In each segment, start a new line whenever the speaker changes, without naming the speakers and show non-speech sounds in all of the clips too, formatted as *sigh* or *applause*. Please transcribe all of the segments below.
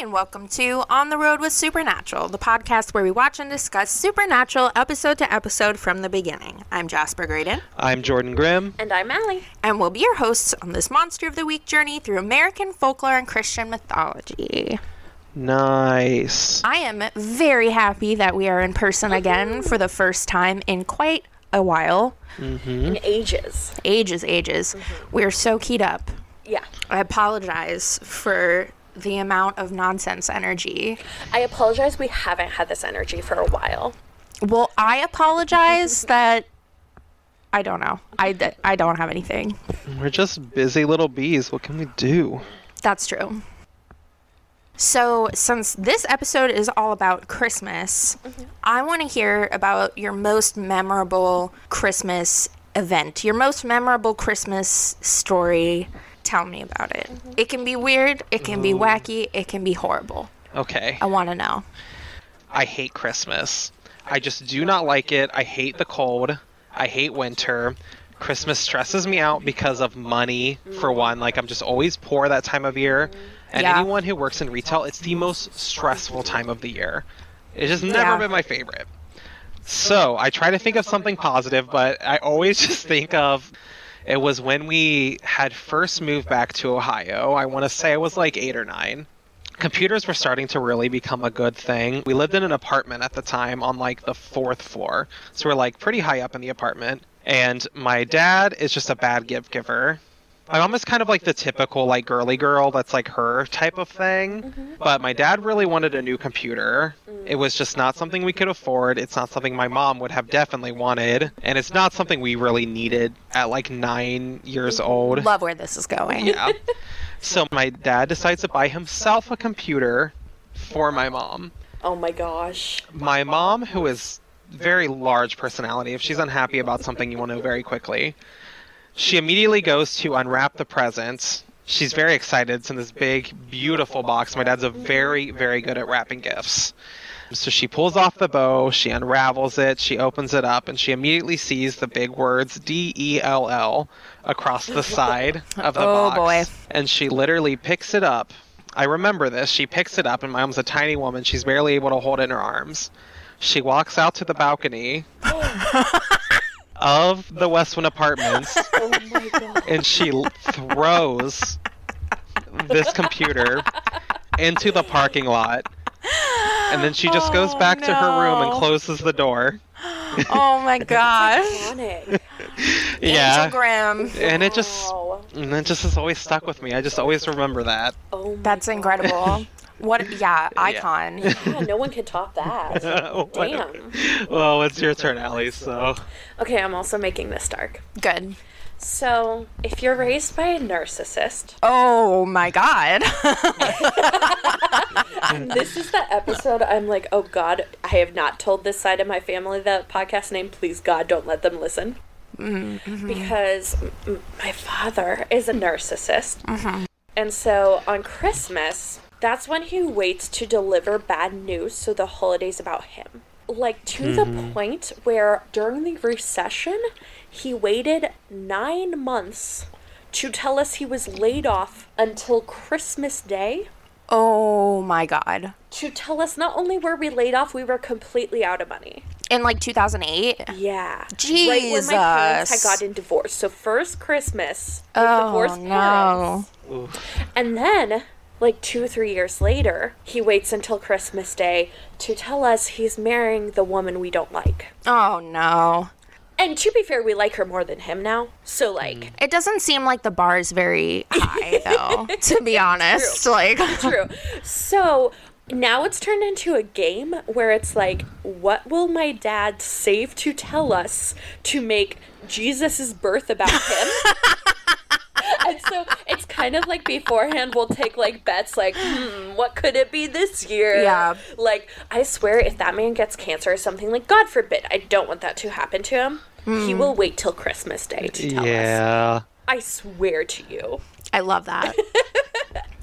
and welcome to On the Road with Supernatural, the podcast where we watch and discuss Supernatural episode to episode from the beginning. I'm Jasper Graydon,
I'm Jordan Grimm.
And I'm Allie.
and we'll be your hosts on this Monster of the Week journey through American folklore and Christian mythology.
Nice.
I am very happy that we are in person again for the first time in quite a while
In ages.
ages, ages. We're so keyed up.
Yeah.
I apologize for the amount of nonsense energy.
I apologize. We haven't had this energy for a while.
Well, I *laughs* apologize that I don't know. I, d- I don't have anything.
We're just busy little bees. What can we do?
That's true. So, since this episode is all about Christmas, I want to hear about your most memorable Christmas event, your most memorable Christmas story. Tell me about it. It can be weird, it can be wacky, it can be horrible.
Okay.
I want to know.
I hate Christmas. I just do not like it. I hate the cold. I hate winter. Christmas stresses me out because of money, for one. Like, I'm just always poor that time of year. And
Yeah.
anyone who works in retail, it's the most stressful time of the year. It's just never
Yeah.
been my favorite. So, I try to think of something positive, but I always *laughs* just think of it was when we had first moved back to Ohio. I want to say I was like eight or nine computers were starting to really become a good thing. We lived in an apartment at the time on like the fourth floor. So we're like pretty high up in the apartment. And my dad is just a bad gift giver. My mom is kind of like the typical like girly girl that's like her type of thing. But my dad really wanted a new computer. It was just not something we could afford. It's not something my mom would have definitely wanted. And it's not something we really needed at like nine years old.
Love where this is going.
Yeah. so my dad decides to buy himself a computer for my mom.
Oh my gosh.
My mom, who is very large personality, if she's unhappy about something, you will know very quickly. She immediately goes to unwrap the presents. She's very excited. It's in this big, beautiful box. My dad's a very, very good at wrapping gifts. So she pulls off the bow, she unravels it, she opens it up, and she immediately sees the big words D E L L across the side of
*laughs*
the
Oh,
box.
boy.
And she literally picks it up. I remember this. She picks it up, and my mom's a tiny woman. She's barely able to hold it in her arms. She walks out to
*laughs*
the balcony of the Westwood Apartments
Oh my god.
and she l- throws this computer into the parking lot. And then she just goes
Oh,
back to her room and
no.
closes the door.
Oh
*laughs*
my gosh.
Iconic.
yeah.
Angel Graham.
And it just
Oh.
Wow.
and it just has always stuck with me. I just always
*laughs*
remember that.
Oh my
That's *laughs* incredible. What? Yeah, icon.
god. No one can top
*laughs*
that.
Oh,
Whatever.
Damn.
well, it's your turn, Allie, so
Okay, I'm also making this dark.
Good.
So, if you're raised by a narcissist,
*laughs* Oh my god. *laughs*
this is the episode I'm like, oh god, I have not told this side of my family the podcast name. Please, God, don't let them listen. Because m- m- my father is a narcissist. And so on Christmas, that's when he waits to deliver bad news so the holiday's about him. Like to the point where during the recession, he waited nine months to tell us he was laid off until Christmas Day
oh my god.
to tell us not only were we laid off, we were completely out of money.
In like 2008.
Yeah. Right when my parents had
Jesus.
gotten divorced. So first Christmas with
Oh
divorced
no.
parents. And then like two, three years later, he waits until Christmas Day to tell us he's marrying the woman we don't like.
Oh no.
And to be fair, we like her more than him now. So like
It doesn't seem like the bar is very high *laughs* though, to be honest. Like *laughs*
true. So now it's turned into a game where it's like, what will my dad save to tell us to make Jesus' birth about him? and so it's kind of like beforehand we'll take like bets like, hmm, what could it be this year?
Yeah.
Like, I swear if that man gets cancer or something, like God forbid, I don't want that to happen to him. He will wait till Christmas Day to tell us.
Yeah.
I swear to you.
I love that.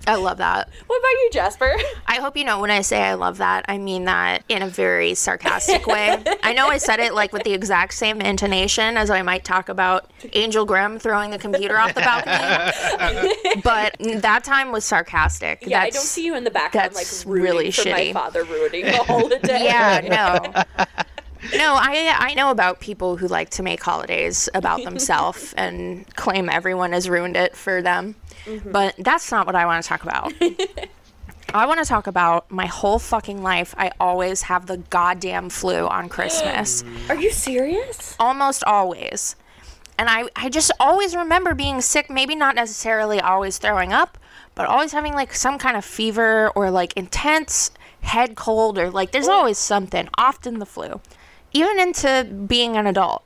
I love that.
What about you, Jasper?
I hope you know when I say I love that, I mean that in a very sarcastic
*laughs*
way. I know I said it like with the exact same intonation as I might talk about Angel Grimm throwing the computer off the
*laughs*
balcony, but that time was sarcastic.
Yeah, I
That's-
don't see you in the background
that's
like rooting
really
for my
shitty.
father ruining the holiday. *laughs*
Yeah, no. No, I I know about people who like to make holidays about themselves and claim everyone has ruined it for them. But that's not what I want to talk about. I want to talk about my whole fucking life. I always have the goddamn flu on Christmas.
Are you serious?
Almost always. And I, I just always remember being sick, maybe not necessarily always throwing up, but always having like some kind of fever or like intense head cold or like there's always something, often the flu, even into being an adult.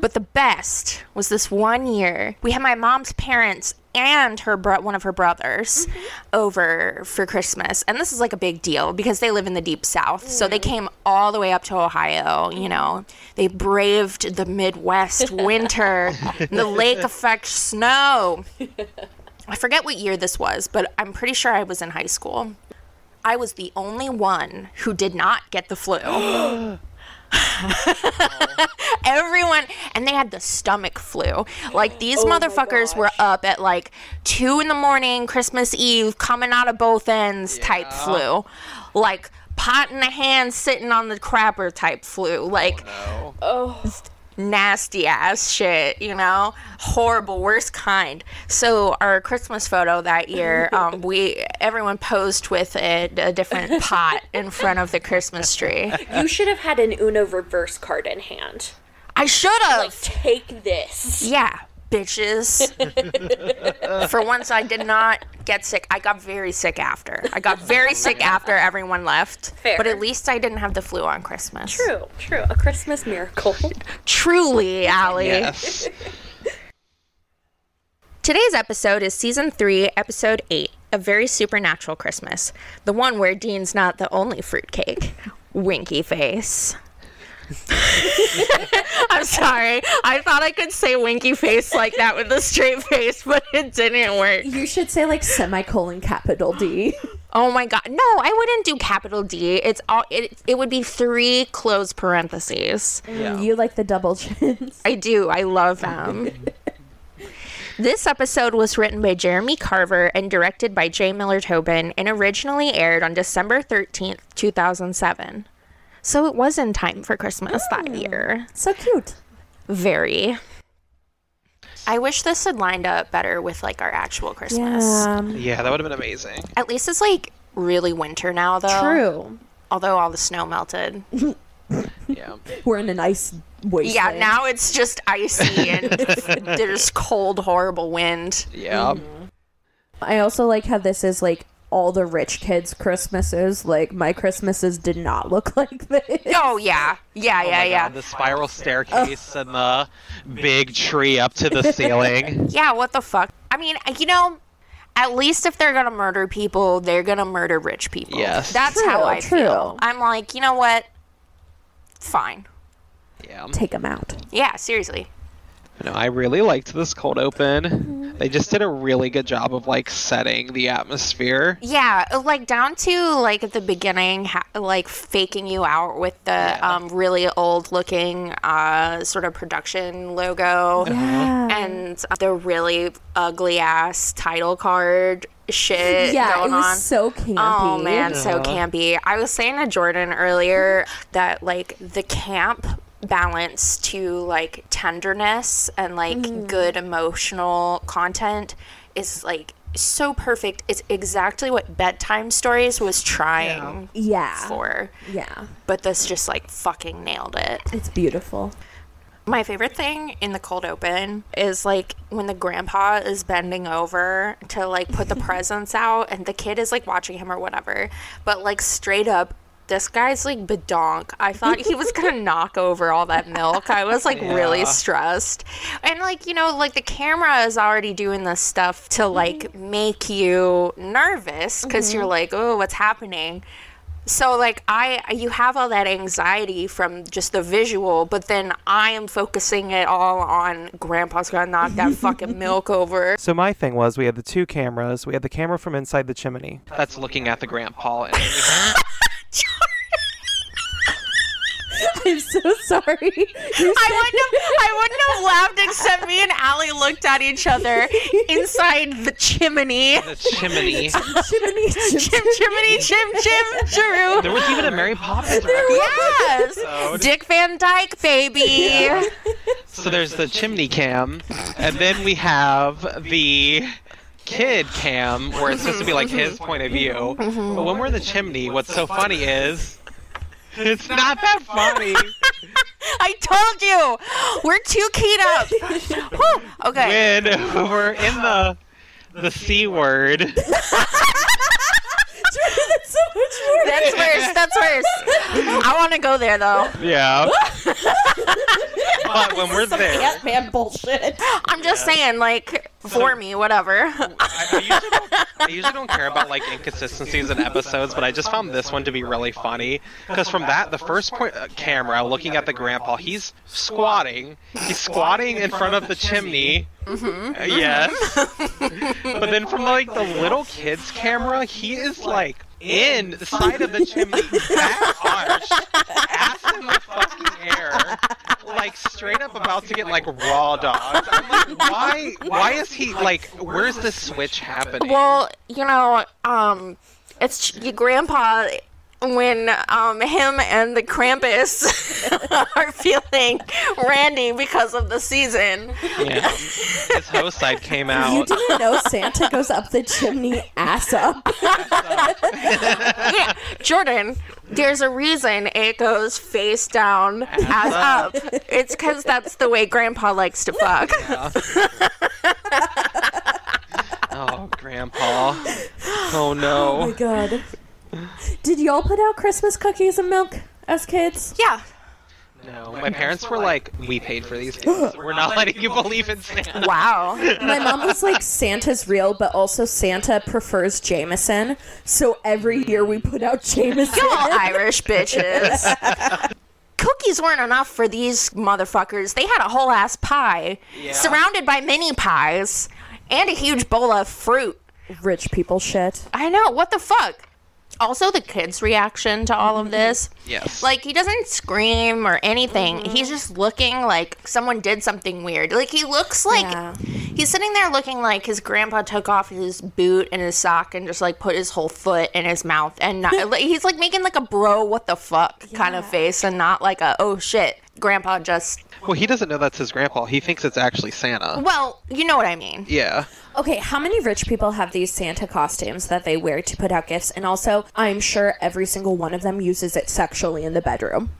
But the best was this one year. We had my mom's parents and her bro- one of her brothers over for Christmas. And this is like a big deal because they live in the deep south. So they came all the way up to Ohio, you know. They braved the Midwest winter, the lake effect snow. I forget what year this was, but I'm pretty sure I was in high school. I was the only one who did not get the flu. *laughs* Everyone, and they had the stomach flu. Like, these
my
motherfuckers were
gosh.
up at like two in the morning, Christmas Eve, coming out of both ends type
Yeah.
flu. Like, pot in the hand, sitting on the crapper type flu. Like,
No.
Oh,
nasty ass shit, you know, horrible, worst kind. So our Christmas photo that year, um, we everyone posed with a, a different pot in front of the Christmas tree.
you should have had an Uno reverse card in hand.
I should
Like,
have,
take
*laughs*
this.
yeah,
*laughs*
bitches. For once, I did not get sick. I got very sick after. I got
*laughs*
very sick after everyone left.
Fair.
But at least I didn't have the flu on Christmas.
True, true. A Christmas miracle.
Truly, Allie.
Yes.
Today's episode is season three, episode eight, A Very Supernatural Christmas, the one where Dean's not the only fruitcake. Winky face. *laughs* I'm sorry. I thought I could say winky face like that with a straight face, but it didn't work.
You should say like semicolon capital D.
Oh my god. No, I wouldn't do capital D. It's all it it would be three closed parentheses.
Yeah.
You like the double chins. *laughs*
I do. I love *laughs* them. this episode was written by Jeremy Carver and directed by J. Miller Tobin and originally aired on December 13th, 2007. So it was in time for Christmas that year.
So cute.
Very. I wish this had lined up better with like our actual Christmas.
Um,
Yeah, that would have been
*laughs*
amazing.
At least it's like really winter now though.
True.
Although all the snow melted.
Yeah.
We're in a nice
Yeah,
wasteland.
now it's just icy *laughs* and there's cold, horrible wind.
Yeah.
Mm-hmm.
Oh
I also like how this is like all the rich kids' Christmases. Like my Christmases did not *laughs* look like this.
Oh yeah, yeah, yeah,
my
yeah,
God, the spiral staircase and the big tree up to
*laughs*
the ceiling.
yeah. What the fuck? I mean, uh, you know, at least if they're gonna murder people, they're gonna murder rich people.
Yes.
that's how
True,
I
true.
feel. I'm like, you know what? Fine.
Yeah.
Take them out.
Yeah, seriously.
No, I really liked this cold open. They just did a really good job of like setting the atmosphere.
Yeah, uh, like down to like at the beginning, ha- like faking you out with the um, really old looking uh, sort of production logo.
Yeah.
And the really ugly ass title card shit
yeah,
going
it was
on.
so campy.
Oh man, so campy. I was saying to Jordan earlier that like the camp balance to like tenderness and like
Mm.
good emotional content is like so perfect. It's exactly what bedtime stories was trying
Yeah.
for.
Yeah.
But this just like fucking nailed it.
It's beautiful. *laughs*
My favorite thing in the cold open is like when the grandpa is bending over to like put the presents out and the kid is like watching him or whatever. But like straight up, this guy's like bedonk. I thought he was gonna knock over all that milk. I was like really
Yeah.
stressed. And like, you know, like the camera is already doing this stuff to like make you nervous because you're like, oh, what's happening? so like i you have all that anxiety from just the visual but then i am focusing it all on grandpa's gonna knock that fucking milk over
So my thing was, we had the two cameras. We had the camera from inside the chimney.
That's looking at the grandpa. And
I'm so
*laughs*
sorry. You
I wouldn't have, I wouldn't have laughed except me and Allie looked at each other inside the chimney.
*laughs* the chimney.
chimney, chim-
*laughs* Chim chimney chim chim chim.
There was even a Mary Poppins reference.
Yes. Dick Van Dyke, baby.
So there's the chimney cam, and then we have the kid cam, where it's supposed to be like his point of view. But when we're in the chimney, what's so funny is it's not that funny.
*laughs* I told you, we're too keyed up. Whew. Okay.
When we're in the the c word,
That's so much worse.
That's worse. That's worse. I want to go there though.
yeah. But when we're there,
Ant Man bullshit.
I'm just saying, like, for me, whatever.
I, I, usually don't, I usually don't care about like inconsistencies in episodes, but I just found this one to be really funny because from that, the first point uh, camera looking at the grandpa, he's squatting. He's squatting in front of the chimney. Uh, Yes. *laughs* But then from like the little kid's camera, he is like inside of the chimney, back arched, ass in the fucking air, like straight up about to get like raw dogs. I'm like, why? Why is he like? Where's the switch happening?
Well, you know, um, it's ch- your grandpa when um him and the Krampus *laughs* are feeling *laughs* randy because of the season.
Yeah. His host
*laughs*
side came
You
out.
didn't know Santa goes up the chimney ass up.
Yeah, Jordan, there's a reason it goes face down as up. It's because that's the way grandpa likes to fuck.
*laughs* Oh, grandpa. Oh
Oh my
no.
god. *laughs* Did y'all put out Christmas cookies and milk as kids?
Yeah.
No. My parents were like, we paid for these
*gasps*
things. We're not letting you believe in Santa.
Wow.
My mom was *laughs* like, Santa's real, but also Santa prefers Jameson. So every year we put out Jameson.
All Irish bitches. Cookies weren't enough for these motherfuckers. They had a whole ass pie, surrounded by mini pies, and a huge bowl of fruit.
Rich people shit.
I know. What the fuck? Also, the kid's reaction to all of this.
Yes.
Like, he doesn't scream or anything.
Mm-hmm.
He's just looking like someone did something weird. Like, he looks like
Yeah.
he's sitting there looking like his grandpa took off his boot and his sock and just like put his whole foot in his mouth. And
*laughs*
not, like, he's like making like a bro, what the fuck kind of face and not like a, oh shit, grandpa just.
Well, he doesn't know that's his grandpa. He thinks it's actually Santa.
Well, you know what I mean.
Yeah.
Okay, how many rich people have these Santa costumes that they wear to put out gifts? And also, I'm sure every single one of them uses it sexually in the bedroom.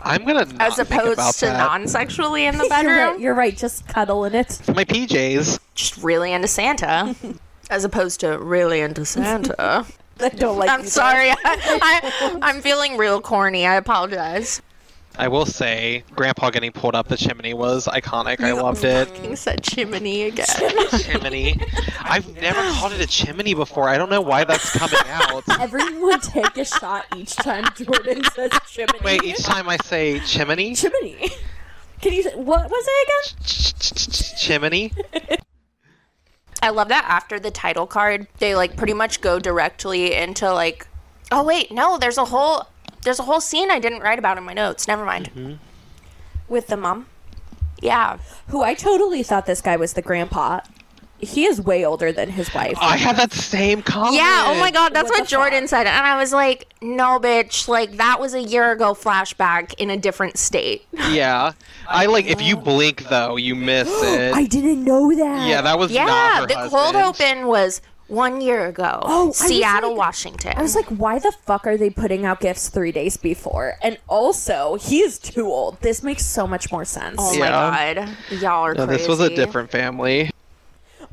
I'm gonna not
As
think about
opposed to
that.
non sexually in the bedroom.
You're *laughs* right, you're right, just cuddle in it. *laughs*
my PJs.
just really into Santa. *laughs* As opposed to really into Santa.
I don't
*laughs*
like
I'm
these.
sorry. *laughs* I, I, I'm feeling real corny. I apologize.
I will say, Grandpa getting pulled up the chimney was iconic. I loved it.
Fucking said chimney again.
chimney. I've never called it a chimney before. I don't know why that's coming
*laughs*
out.
Everyone take a shot each time Jordan says chimney.
Wait, each time I say chimney,
chimney. Can you? What was it again?
chimney.
*laughs* I love that after the title card, they like pretty much go directly into like, oh wait, no, there's a whole there's a whole scene I didn't write about in my notes. Never mind.
With the mom,
Yeah.
who I totally thought this guy was the grandpa. He is way older than his wife.
I had that same comment.
Yeah, oh my god, that's
What
what,
the
Jordan said. And I was like, no, bitch, like that was a year ago flashback in a different state.
Yeah, I like if you blink though,
*gasps*
you miss it.
I didn't know that.
yeah, that was not
Yeah,
her
the cold
husband.
open was one year ago.
Oh, I was
Seattle,
like-
Washington.
I was like, why the fuck are they putting out gifts three days before? And also, he is too old. This makes so much more sense.
oh my
Yeah.
god, y'all are
No,
crazy.
this was a different family.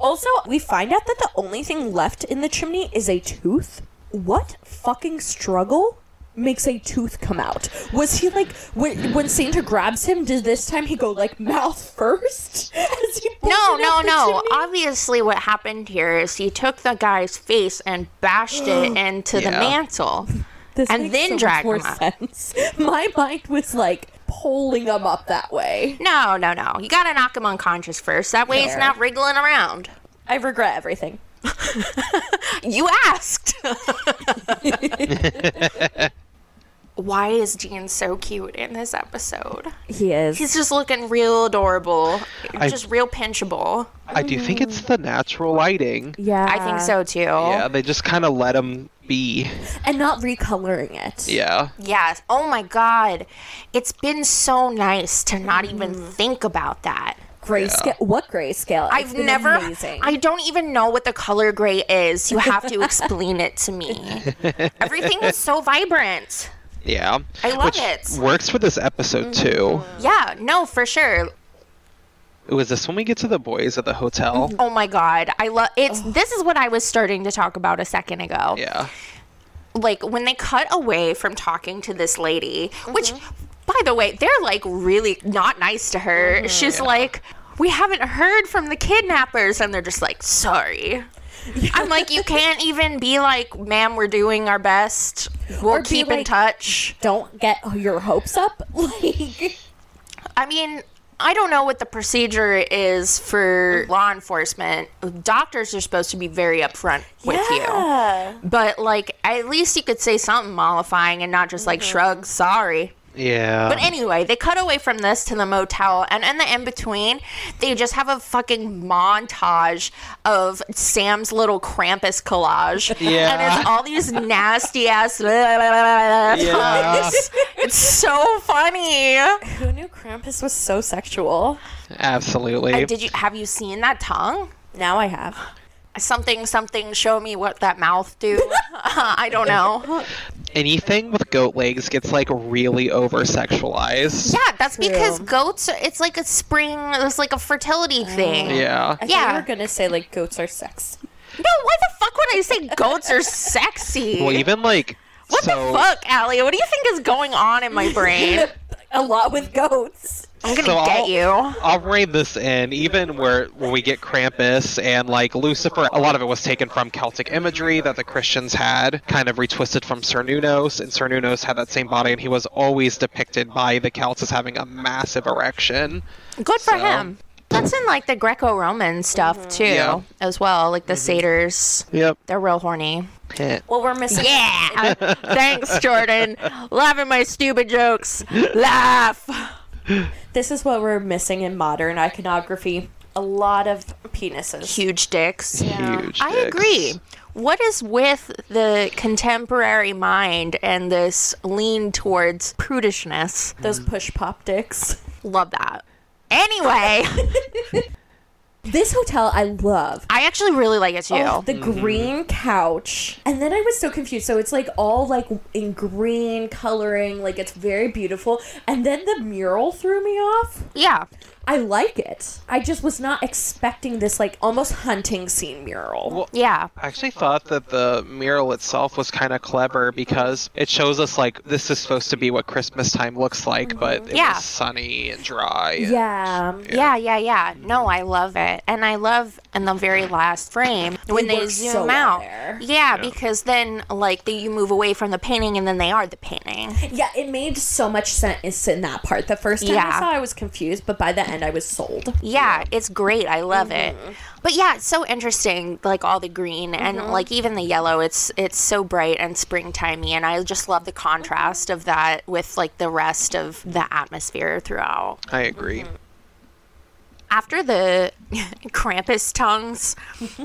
Also, we find out that the only thing left in the chimney is a tooth. What fucking struggle makes a tooth come out? Was he like when when Santa grabs him? Did this time he go like mouth first? *laughs* As he pulls
No,
it up
no, Uh,
the
no.
chimney?
Obviously, what
*gasps*
happened here is he took the guy's face and bashed it into the
Yeah.
mantle.
This
And
makes
then
so much
drag
more
them up.
sense. *laughs* My mind was like pulling them up that way.
No, no, no. You gotta knock him unconscious first. That way he's
Fair.
not wriggling around.
I regret everything.
*laughs* You asked. Why is Dean so cute in this episode?
He is.
He's just looking real adorable,
I-
just real pinchable.
I do think it's the natural lighting.
yeah,
I think so too.
Yeah, they just kind of let him be.
and not recoloring it.
Yeah.
Yes. Oh my God. It's been so nice to not even
Mm-hmm.
think about that.
Grayscale. What grayscale? It's
I've
been
never.
Amazing.
I don't even know what the color gray is. You have to explain it to
*laughs*
me. Everything is so vibrant.
Yeah.
I love
Which
it. Mm-hmm.
Works for this episode too.
Yeah. No, for sure.
It was this when we get to the boys at the hotel.
Oh my God. I love it's.
Oh.
This is what I was starting to talk about a second ago.
Yeah.
like when they cut away from talking to this lady,
Mm-hmm.
which by the way, they're like really not nice to her.
Mm-hmm.
She's like, "We haven't heard from the kidnappers." And they're just like,
*laughs*
"Sorry." I'm like, "You can't even be like, ma'am, we're doing our best. We'll
Or be
keep in
like-
touch."
don't get your hopes up. *laughs* Like,
I mean, I don't know what the procedure is for
Mm.
law enforcement. Doctors are supposed to be very upfront with you. But like at least you could say something mollifying and not just like shrug, "Sorry."
Mm-hmm. Yeah.
But anyway, they cut away from this to the motel, and in the in between, they just have a fucking montage of Sam's little Krampus
*laughs*
collage.
Yeah.
And there's all these nasty ass.
*laughs* Yeah.
*laughs* It's so funny.
who knew Krampus was so sexual?
*laughs* Absolutely.
And Uh, Did you have you seen that tongue?
Now I have.
Something, something. Show me what that mouth *laughs* do. I don't know.
Anything with goat legs gets like really over sexualized.
Yeah, that's because goats. It's like a spring. It's like a fertility thing.
Yeah.
I
Mm. Yeah.
thought you were gonna say like goats are sex.
No, why the fuck would I say goats are sexy?
Well, even like
What
so.
the fuck, Allie? What do you think is going on in *laughs* my brain?
A lot with goats.
I'm gonna
So
get
I'll-
you.
I'll rein this in, even where when we get Krampus and like Lucifer, a lot of it was taken from Celtic imagery that the Christians had, kind of retwisted from Cernunnos, and Cernunnos had that same body, and he was always depicted by the Celts as having a massive erection.
Good for
So-
him. Mm-hmm. That's in like the Greco-Roman stuff too,
Yeah.
as well. Like the satyrs,
Yep.
they're real horny.
Well, we're missing.
Yeah. Thanks, *laughs* Jordan. Laughing my stupid jokes. Laugh.
This is what we're missing in modern iconography. A lot of penises.
Huge dicks.
Huge.
I
dicks.
agree. What is with the contemporary mind and this lean towards prudishness?
Those push pop dicks.
Love that. Anyway, *laughs*
This hotel I love.
I actually really like it too.
Oh, the green couch. And then I was so confused. So it's like all like in green coloring, like it's very beautiful. And then the mural threw me off.
yeah.
I like it. I just was not expecting this like almost hunting scene mural.
Yeah.
I actually thought that the mural itself was kind of clever because it shows us like this is supposed to be what Christmas time looks like, but it
Yeah.
was sunny and dry. and-
yeah.
Yeah, yeah, yeah. No, I love it. And I love in the very last frame when they
work
zoom
so well
out.
there.
Yeah, because then like the, you move away from the painting and then they are the painting.
Yeah, it made so much sense in that part. The first time
Yeah.
I saw, I was confused, but by the end, I was sold.
Yeah, it's great. I love it. But yeah, it's so interesting like all the green and like even the yellow. It's it's so bright and springtimey and I just love the contrast of that with like the rest of the atmosphere throughout.
I agree.
Mm-hmm.
after the *laughs* Krampus tongues,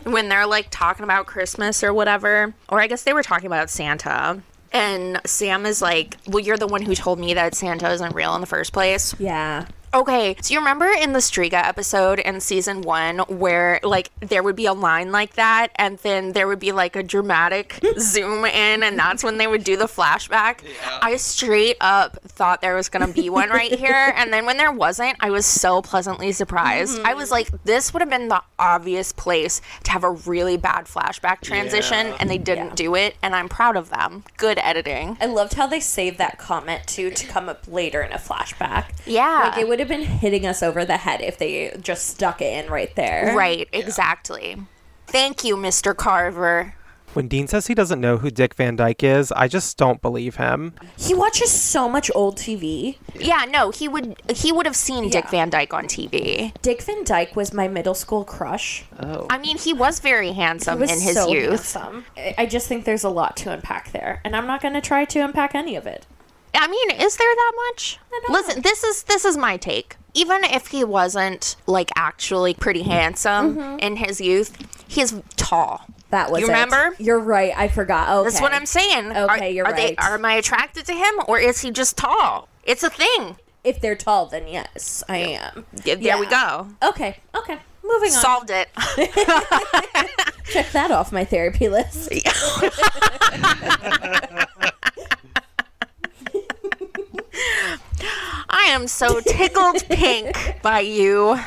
when they're like talking about Christmas or whatever, or I guess they were talking about Santa. And Sam is like, Well, you're the one who told me that Santa isn't real in the first place.
Yeah.
Okay, so you remember in the Striga episode in season one where like there would be a line like that, and then there would be like a dramatic zoom in, and that's when they would do the flashback. I straight up thought there was gonna be one right here, and then when there wasn't, I was so pleasantly surprised. I was like, this would have been the obvious place to have a really bad flashback transition, and they didn't do it, and I'm proud of them. Good editing.
I loved how they saved that comment too to come up later in a flashback.
Yeah.
Like it would have been hitting us over the head if they just stuck it in right there.
Right, exactly. Thank you, Mr. Carver.
When Dean says he doesn't know who Dick Van Dyke is, I just don't believe him.
He watches so much old TV.
Yeah, no, he would he would have seen Dick
Yeah.
Van Dyke on TV.
Dick Van Dyke was my middle school crush.
Oh.
I mean, he was very handsome
He was
in his
so
youth.
handsome. I I just think there's a lot to unpack there, and I'm not going to try to unpack any of it.
I mean, is there that much?
don't
Listen, this is this is my take. Even if he wasn't like actually pretty handsome
Mm-hmm.
in his youth, he's tall.
That was
You
it.
remember?
You're right. I forgot. Okay.
That's what I'm saying. Are-
Okay, you're
are They,
right.
are am I attracted to him or is he just tall? It's a thing.
If they're tall, then yes, I am.
Yeah, There we go.
Okay. Okay. Moving on.
Solved it. *laughs*
Check that off my
*laughs*
therapy list.
I am so tickled pink by you.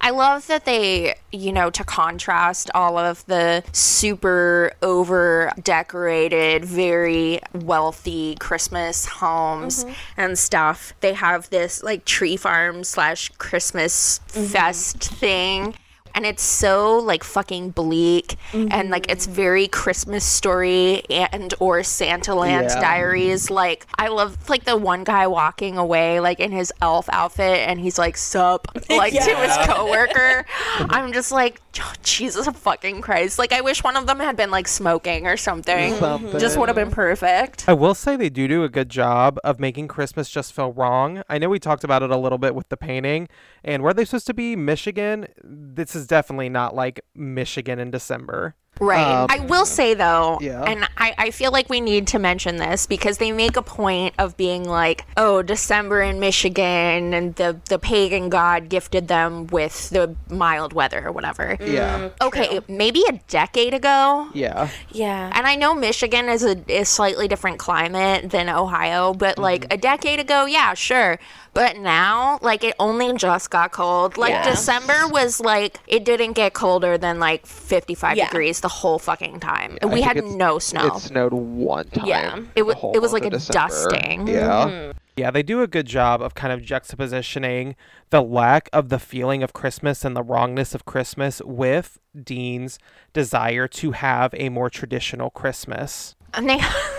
I love that they, you know, to contrast all of the super over decorated, very wealthy Christmas homes and stuff, they have this like tree farm slash Christmas fest thing. And it's so like fucking bleak and like it's very Christmas story and or Santa Land
Yeah.
diaries. Like I love like the one guy walking away like in his elf outfit and he's like sup like to his coworker. I'm just like, "Oh, Jesus fucking Christ. Like, I wish one of them had been like smoking or something.
Something.
Just would have been perfect.
I will say they do do a good job of making Christmas just feel wrong. I know we talked about it a little bit with the painting and where they supposed to be, Michigan. This is definitely not like Michigan in December.
Right.
Um,
I will say though,
Yeah.
and I, I feel like we need to mention this because they make a point of being like, oh, December in Michigan and the, the pagan god gifted them with the mild weather or whatever.
Yeah.
Okay, maybe a decade ago,
Yeah.
Yeah.
And I know Michigan is a is slightly different climate than Ohio,
Mm-hmm.
but like a decade ago, yeah, sure. But now, like it only just got cold. Like
Yeah.
December was like it didn't get colder than like 55
Yeah.
degrees the whole fucking time. And
I
we
think
had
it's-
no snow.
It snowed one time.
Yeah.
It wa-
the whole
it was
month
like a
of December.
dusting. Mm-hmm.
Yeah.
Yeah, they do a good job of kind of juxtapositioning the lack of the feeling of Christmas and the wrongness of Christmas with Dean's desire to have a more traditional Christmas.
And they *laughs*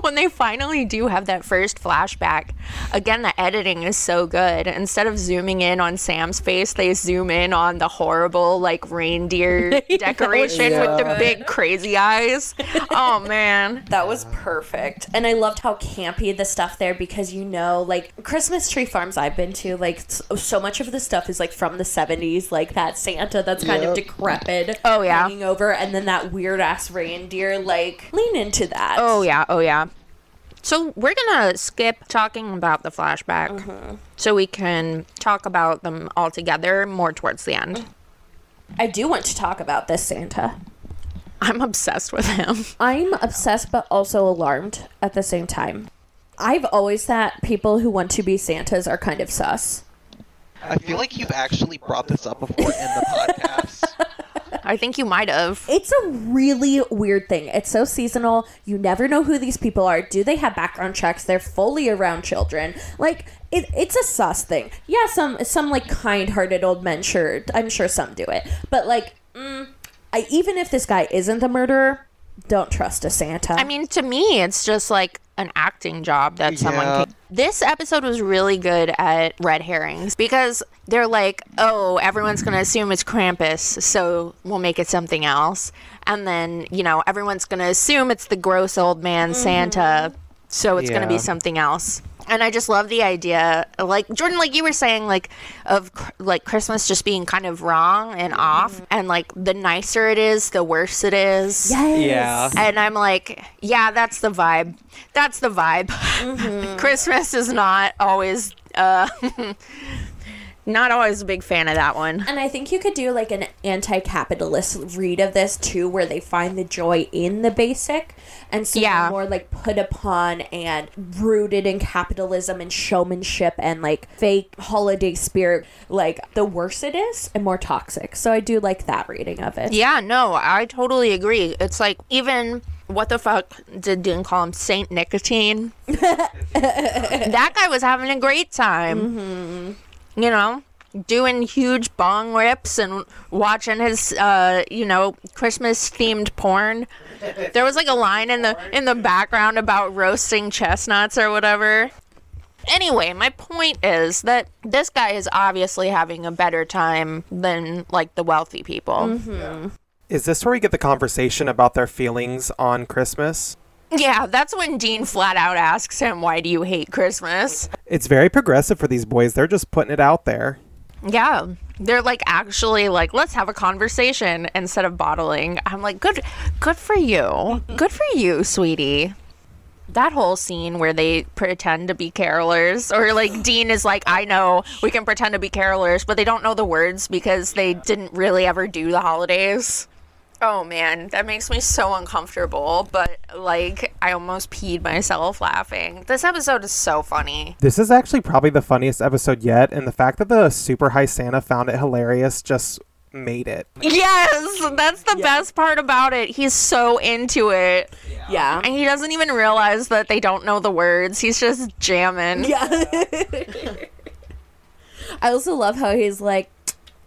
when they finally do have that first flashback, again the editing is so good. Instead of zooming in on Sam's face, they zoom in on the horrible like reindeer decoration with the big crazy eyes. Oh man.
That was perfect. And I loved how campy the stuff there because you know, like Christmas tree farms I've been to, like s- so much of the stuff is like from the 70s, like that Santa that's kind of
Yep.
decrepit.
Oh, yeah.
Hanging over, and then that weird ass reindeer, like lean into that.
Oh yeah, oh yeah. So we're gonna skip talking about the flashback so we can talk about them all together more towards the end.
I do want to talk about this Santa.
I'm obsessed with him.
I'm obsessed but also alarmed at the same time. I've always thought people who want to be Santas are kind of sus.
I feel like you've actually brought this up before in the
*laughs*
podcast.
*laughs* I think you might have.
It's a really weird thing. It's so seasonal. You never know who these people are. Do they have background checks? They're fully around children. Like it, it's a sus thing. Yeah, some some like kind-hearted old men. Sure, I'm sure some do it. But like, mm, I, even if this guy isn't the murderer, don't trust a Santa.
I mean, to me, it's just like an acting job that someone
Yeah.
can. This episode was really good at red herrings because they're like, oh, everyone's going to assume it's Krampus, so we'll make it something else. And then, you know, everyone's going to assume it's the gross old man Santa, so it's going to
Yeah.
be something else. And I just love the idea, like Jordan, like you were saying, like of cr- like Christmas just being kind of wrong and off, and like the nicer it is, the worse it is.
yes.
Yeah.
And I'm like, yeah, that's the vibe. That's the vibe. Mm-hmm. *laughs* Christmas is not always, uh, *laughs* not always a big fan of that one.
And I think you could do like an anti capitalist read of this too, where they find the joy in the basic and so
Yeah.
more like put upon and rooted in capitalism and showmanship and like fake holiday spirit, like the worse it is and more toxic. So I do like that reading of it.
Yeah, no, I totally agree. It's like even what the fuck did Dean call him Saint Nicotine? that guy was having a great time. You know, doing huge bong rips and watching his, uh, you know, Christmas themed porn. There was like a line in the in the background about roasting chestnuts or whatever. Anyway, my point is that this guy is obviously having a better time than like the wealthy people.
Is this where we get the conversation about their feelings on Christmas?
Yeah, that's when Dean flat out asks him, "Why do you hate Christmas?"
It's very progressive for these boys. They're just putting it out there.
Yeah. They're like actually like, let's have a conversation instead of bottling. I'm like, good good for you. Good for you, sweetie. That whole scene where they pretend to be carolers or like Dean is like, I know we can pretend to be carolers, but they don't know the words because they didn't really ever do the holidays. Oh man, that makes me so uncomfortable, but like I almost peed myself laughing. This episode is so funny.
This is actually probably the funniest episode yet, and the fact that the super high Santa found it hilarious just made it.
Yes, that's the best part about it. He's so into it.
Yeah. *laughs*
And he doesn't even realize that they don't know the words. He's just jamming.
Yeah. I also love how he's like,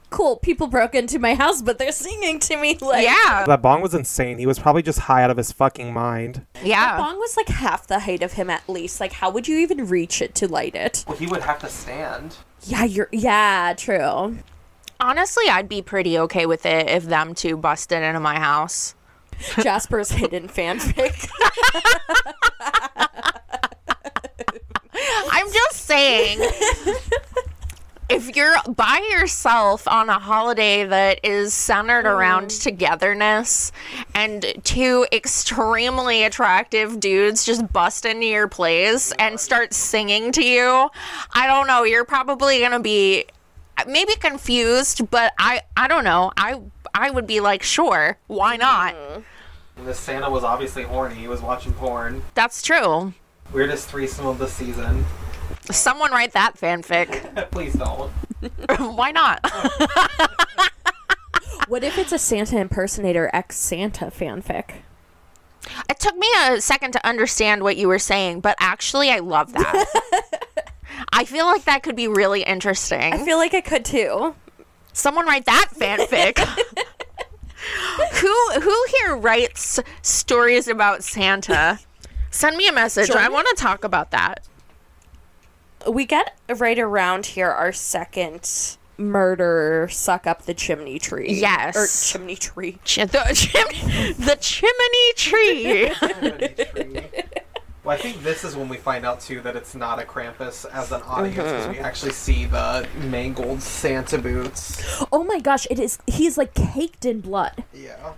cool, people broke into my house, but they're singing to me. Like,
Yeah.
That bong was insane. He was probably just high out of his fucking *laughs* mind.
Yeah.
Bong was like half the height of him at least. Like, how would you even reach it to light it?
Well, he would have to stand.
Yeah, you're. Yeah, *laughs* true.
Honestly, I'd be pretty okay with it if them two busted into my house.
Jasper's hidden fanfic.
I'm just saying. If you're by yourself on a holiday that is centered around togetherness and two extremely attractive dudes just bust into your place and start singing to you, I don't know, you're probably going to be maybe confused, but I I don't know. I I would be like, "Sure, why not?"
This Santa was obviously horny. He was watching porn.
That's true.
Weirdest threesome of the season.
Someone write that fanfic. *laughs*
Please don't.
why not?
what if it's a Santa impersonator ex Santa fanfic?
It took me a second to understand what you were saying, but actually, I love that.
*laughs*
I feel like that could be really interesting.
I feel like I could too.
Someone write that
*laughs*
fanfic. who who here writes stories about Santa? Send me a message. I want to talk about that.
We get right around here our second murder suck up the chimney tree.
Yes.
Or chimney tree.
Ch- the, *laughs* chim- the chimney tree.
*laughs*
Well, I think this is when we find out too that it's not a Krampus as an audience because
Mm-hmm.
we actually see the mangled Santa boots.
Oh my gosh, it is he's like caked in blood.
Yeah.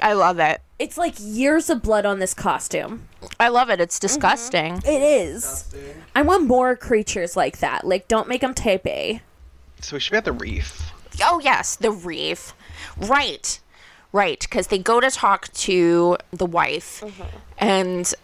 I love it.
It's like years of blood on this costume.
I love it.
Mm-hmm.
It's disgusting.
It is. I want more creatures like that. Like don't make them type A.
So we should be at the reef.
Oh, yes, the reef. Right. Right. Because they go to talk to the wife.
Mm-hmm.
And.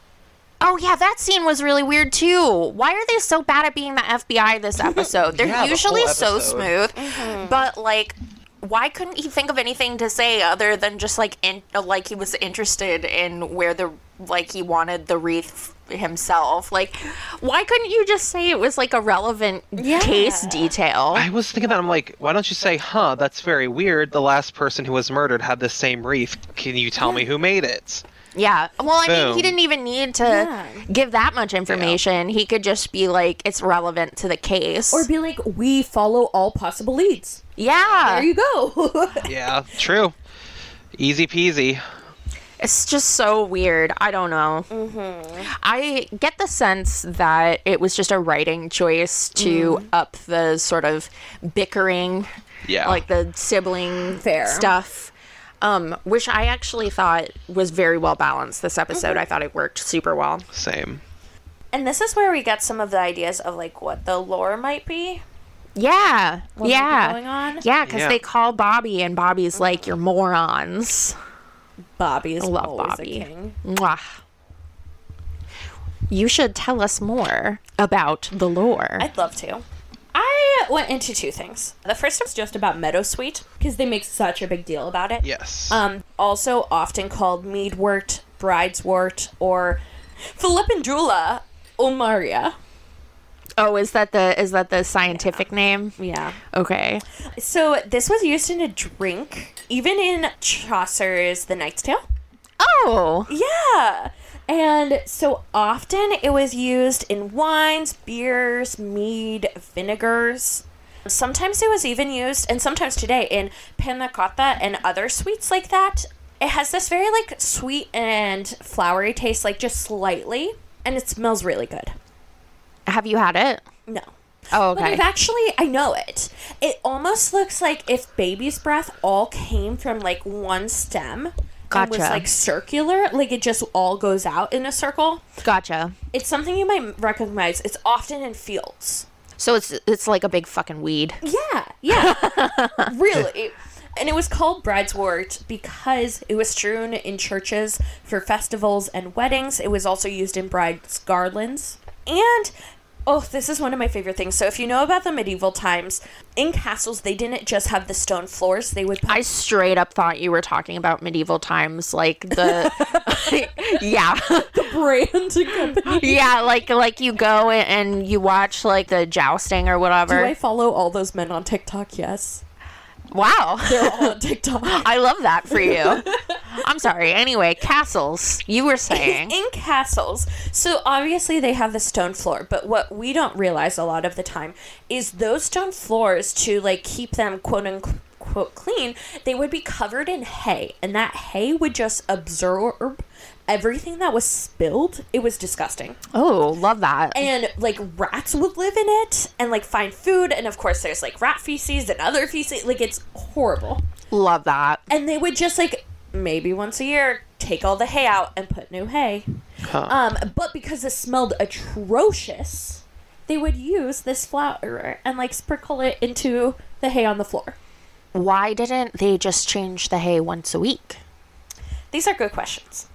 Oh, yeah, that scene was really weird, too. Why are they so bad at being the FBI
*laughs*
this episode? They're
Yeah, the whole
usually so
episode. Mm-hmm.
smooth. But, like. Why couldn't he think of anything to say other than just like in, like he was interested in where the like he wanted the wreath himself? Like, why couldn't you just say it was like a relevant case detail?
I was thinking that I'm like, why don't you say, huh, that's very weird. The last person who was murdered had the same wreath. Can you tell me who made it?
Yeah. Well, I mean,
Boom.
he didn't even need to give that much information. He could just be like, it's relevant to the case.
Or be like, we follow all possible leads.
yeah.
There you go. *laughs*
Yeah, true. Easy peasy.
it's just so weird. I don't know.
Mm-hmm.
I get the sense that it was just a writing choice to
Mm-hmm.
up the sort of bickering,
Yeah.
like the sibling
Fair.
stuff. Um, which I actually thought was very well balanced this episode.
Mm-hmm.
I thought it worked super well.
Same.
And this is where we get some of the ideas of like what the lore might be.
Yeah.
might be
yeah.
going on?
Yeah, because
Yeah.
they call Bobby, and Bobby's like, "You're morons."
Bobby is
love
always
Bobby.
Oh, a king.
Mwah. You should tell us more about the lore.
I'd love to. I went into two things. The first was
It's just about Meadow Sweet because they make such a big deal about it.
Yes.
Uh,
Um, also often called meadwort, brideswort, or philippindrula ulmaria.
Oh, is that the is that the scientific name?
Yeah.
Okay.
So this was used in a drink, even in Chaucer's The Knight's Tale.
Oh.
Yeah. And so often it was used in wines, beers, mead, vinegars. Sometimes it was even used, and sometimes today in panna cotta and other sweets like that. It has this very like sweet and flowery taste, like just slightly, and it smells really good.
Have you had it?
No.
Oh,
But
okay.
I've actually, I know it. It almost looks like if baby's breath all came from like one stem and was
Gotcha.
like circular, like it just all goes out in a circle.
Gotcha.
It's something you might recognize. It's often in fields.
So it's it's like a big fucking weed.
Yeah, yeah, really. And it was called brideswort because it was strewn in churches for festivals and weddings. It was also used in brides' garlands. And oh, this is one of my favorite things. So if you know about the medieval times, in castles they didn't just have the stone floors. They would put
I straight up thought you were talking about medieval times, like the *laughs* yeah,
brand *laughs* company.
yeah, like like you go a- and you watch like the jousting or
Do
whatever.
I follow all those men on TikTok? Yes, *laughs*
wow,
they're all on TikTok.
I love that for you. I'm sorry. Anyway, castles. You were
*laughs*
saying
in castles. So obviously they have the stone floor, but what we don't realize a lot of the time is those stone floors to like keep them quote unquote clean, they would be covered in hay, and that hay would just absorb everything that was spilled. It was disgusting.
oh, love that.
And like rats would live in it and like find food, and of course there's like rat feces and other feces. Like it's horrible.
Love that.
And they would just like maybe once a year take all the hay out and put new hay. Um, but because it smelled atrocious, they would use this flour and like sprinkle it into the hay on the floor.
Why didn't they just change the hay once a week?
These are good questions.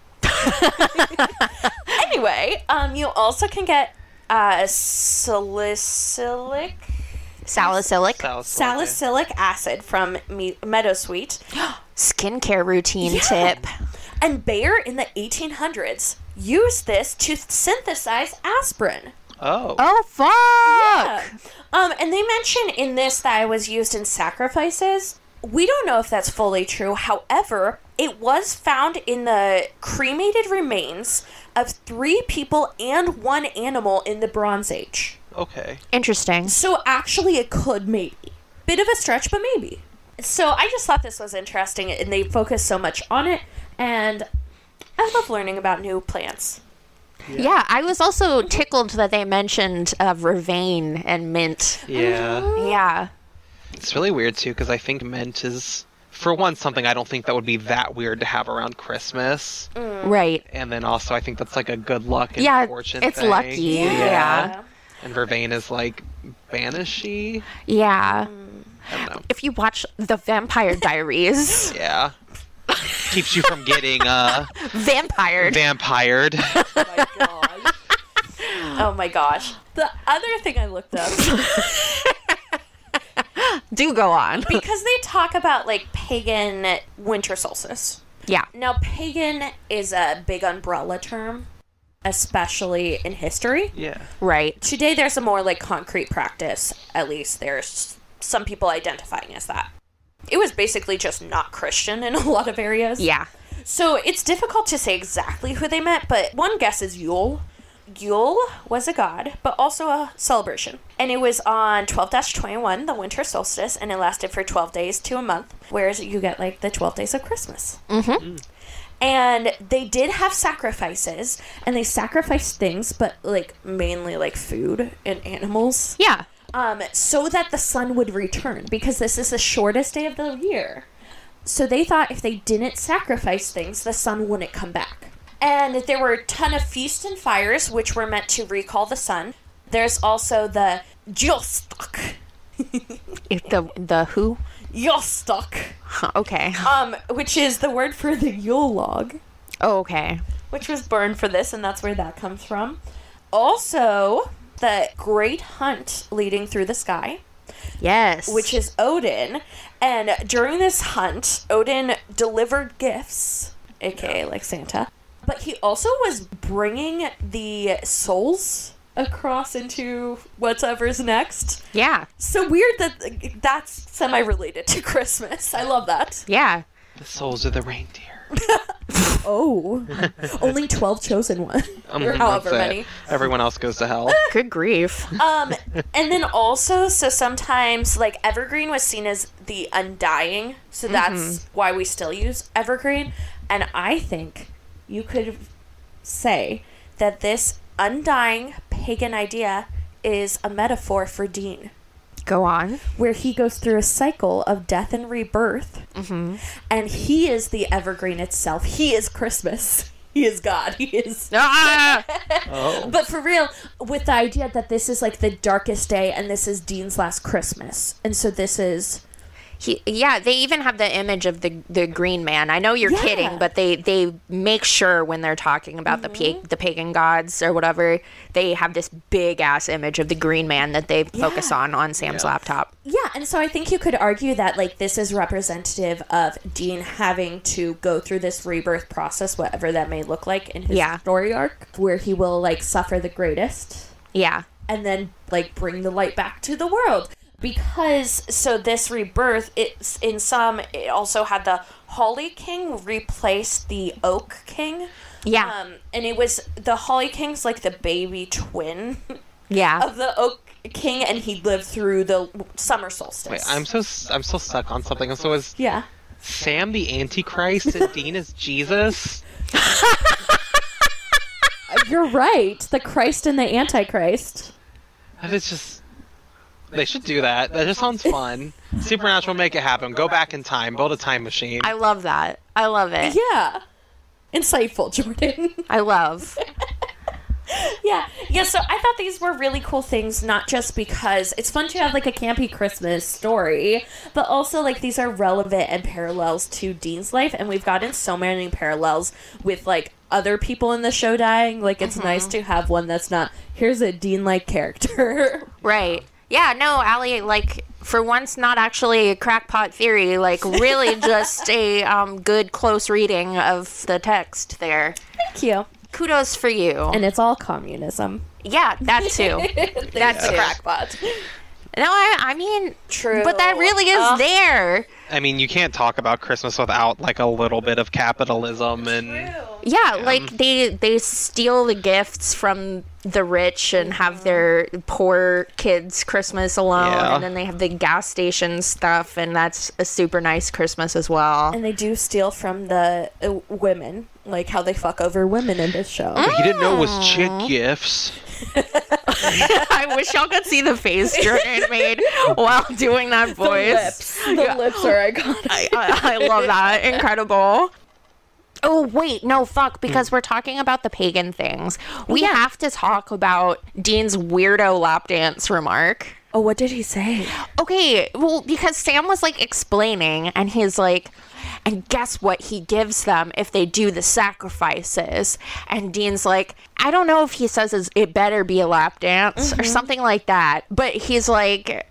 anyway, um, you also can get uh, salicylic
Salicylic
salicylic acid from me- meadowsweet
skincare routine tip.
and Bayer in the 1800s used this to synthesize aspirin.
Oh.
Oh fuck!
Um, and they mention in this that it was used in sacrifices. We don't know if that's fully true. However, it was found in the cremated remains of three people and one animal in the Bronze Age.
Oh.
Okay.
Interesting.
So actually, it could maybe. Bit of a stretch, but maybe. So I just thought this was interesting, and they focus so much on it. And I love learning about new plants.
Yeah. I was also tickled that they mentioned uh, vervain and mint.
Yeah.
Yeah.
It's really weird too because I think mint is, for one, something I don't think that would be that weird to have around Christmas,
Right.
and then also I think that's like a good luck and
Mm. Yeah,
fortune.
it's
thing.
lucky, yeah.
And vervain is like banishy.
Yeah.
I don't know.
If you watch The Vampire Diaries, *laughs*
Yeah. Keeps you from getting uh
vampired.
vampired.
my gosh. oh my gosh. The other thing I looked up
Do go on.
because they talk about like pagan winter solstice.
yeah.
Now, pagan is a big umbrella term, especially in history.
yeah.
Right.
Today, there's a more like concrete practice. At least there's some people identifying as that. It was basically just not Christian in a lot of areas.
Yeah.
So it's difficult to say exactly who they meant, but one guess is Yule. Yule was a god, but also a celebration. And it was on 12 21, the winter solstice, and it lasted for 12 days to a month, whereas you get like the 12 days of Christmas. Mm-hmm. And they did have sacrifices, and they sacrificed things, but like mainly like food and animals,
Yeah.
um, so that the sun would return, because this is the shortest day of the year. So they thought if they didn't sacrifice things, the sun wouldn't come back. And there were a ton of feasts and fires, which were meant to recall the sun. There's also the Jostok.
If the the who?
Jostok.
Huh, Okay.
Um, which is the word for the Yule log,
Oh, okay.
which was burned for this, and that's where that comes from. Also, the Great Hunt leading through the sky.
Yes.
which is Odin. And during this hunt, Odin delivered gifts, aka like Santa. But he also was bringing the souls across into whatever's next.
Yeah.
So weird that that's semi related to *laughs* Christmas. I love that.
Yeah.
The souls of
*laughs*
the reindeer.
Oh, only 12 chosen one.
Um,
Or however
that's it.
many.
Everyone else goes to hell.
Good grief.
Um, and then also, so sometimes like evergreen was seen as the undying, so that's why we still use evergreen. And I think you could say that this undying pagan idea is a metaphor for Dean,
Go on.
where he goes through a cycle of death and rebirth, and he is the evergreen itself. He is Christmas. *laughs* He is God. He is
Ah!
Oh.
but for real, with the idea that this is like the darkest day and this is Dean's last Christmas. And so this is
*laughs* He, yeah, they even have the image of the the green man. I know you're
Yeah.
kidding, but they they make sure when they're talking about the pa- the pagan gods or whatever, they have this big ass image of the green man that they focus on on Sam's laptop.
Yeah, and so I think you could argue that like this is representative of Dean having to go through this rebirth process, whatever that may look like in his
Yeah.
story arc, where he will like suffer the greatest.
Yeah.
and then like bring the light back to the world because so this rebirth it's in some it also had the holly king replace the oak king
Yeah.
um and it was the holly king's like the baby twin
Yeah.
of the oak king and he lived through the summer solstice
Wait, I'm so s- I'm so stuck on something. So is
yeah
Sam the Antichrist and Dean is Jesus?
*laughs* you're right the christ and the antichrist
That is just. They should do that. That just sounds fun. Supernatural, make it happen. Go back in time. Build a time machine.
I love that. I love it.
yeah insightful jordan *laughs*
I love.
Yeah. Yeah, so I thought these were really cool things, not just because it's fun to have like a campy Christmas story, but also like these are relevant and parallels to Dean's life. And we've gotten so many parallels with like other people in the show dying. Like it's nice to have one that's not, here's a Dean like *laughs* character.
Right. Yeah, no, Allie, like, for once, not actually a crackpot theory, like,
*laughs*
really just a um, good close reading of the text there.
Thank you.
Kudos for you.
And it's all communism.
yeah, that
*laughs*
too. that too.
Crackpot.
No, I, I mean,
True.
but that really is
Ugh.
there.
I mean, you can't talk about Christmas without like a little bit of capitalism and
Yeah, like they they steal the gifts from the rich and have their poor kids Christmas alone,
Yeah.
and then they have the gas station stuff, and that's a super nice Christmas as well.
And they do steal from the uh, women, like how they fuck over women in this show.
But you didn't know it was chick gifts.
*laughs* I wish y'all could see the
*laughs*
face Jordan made while doing that voice.
The lips are iconic.
I, I, I love
*laughs*
that. Incredible. Oh, wait, no, fuck, because we're talking about the pagan things. We have to talk about Dean's weirdo lap dance remark.
Oh, what did he say?
Okay, well, because Sam was like explaining, and he's like, and guess what he gives them if they do the sacrifices? And Dean's like, I don't know if he says it's- it better be a lap dance or something like that, but he's like,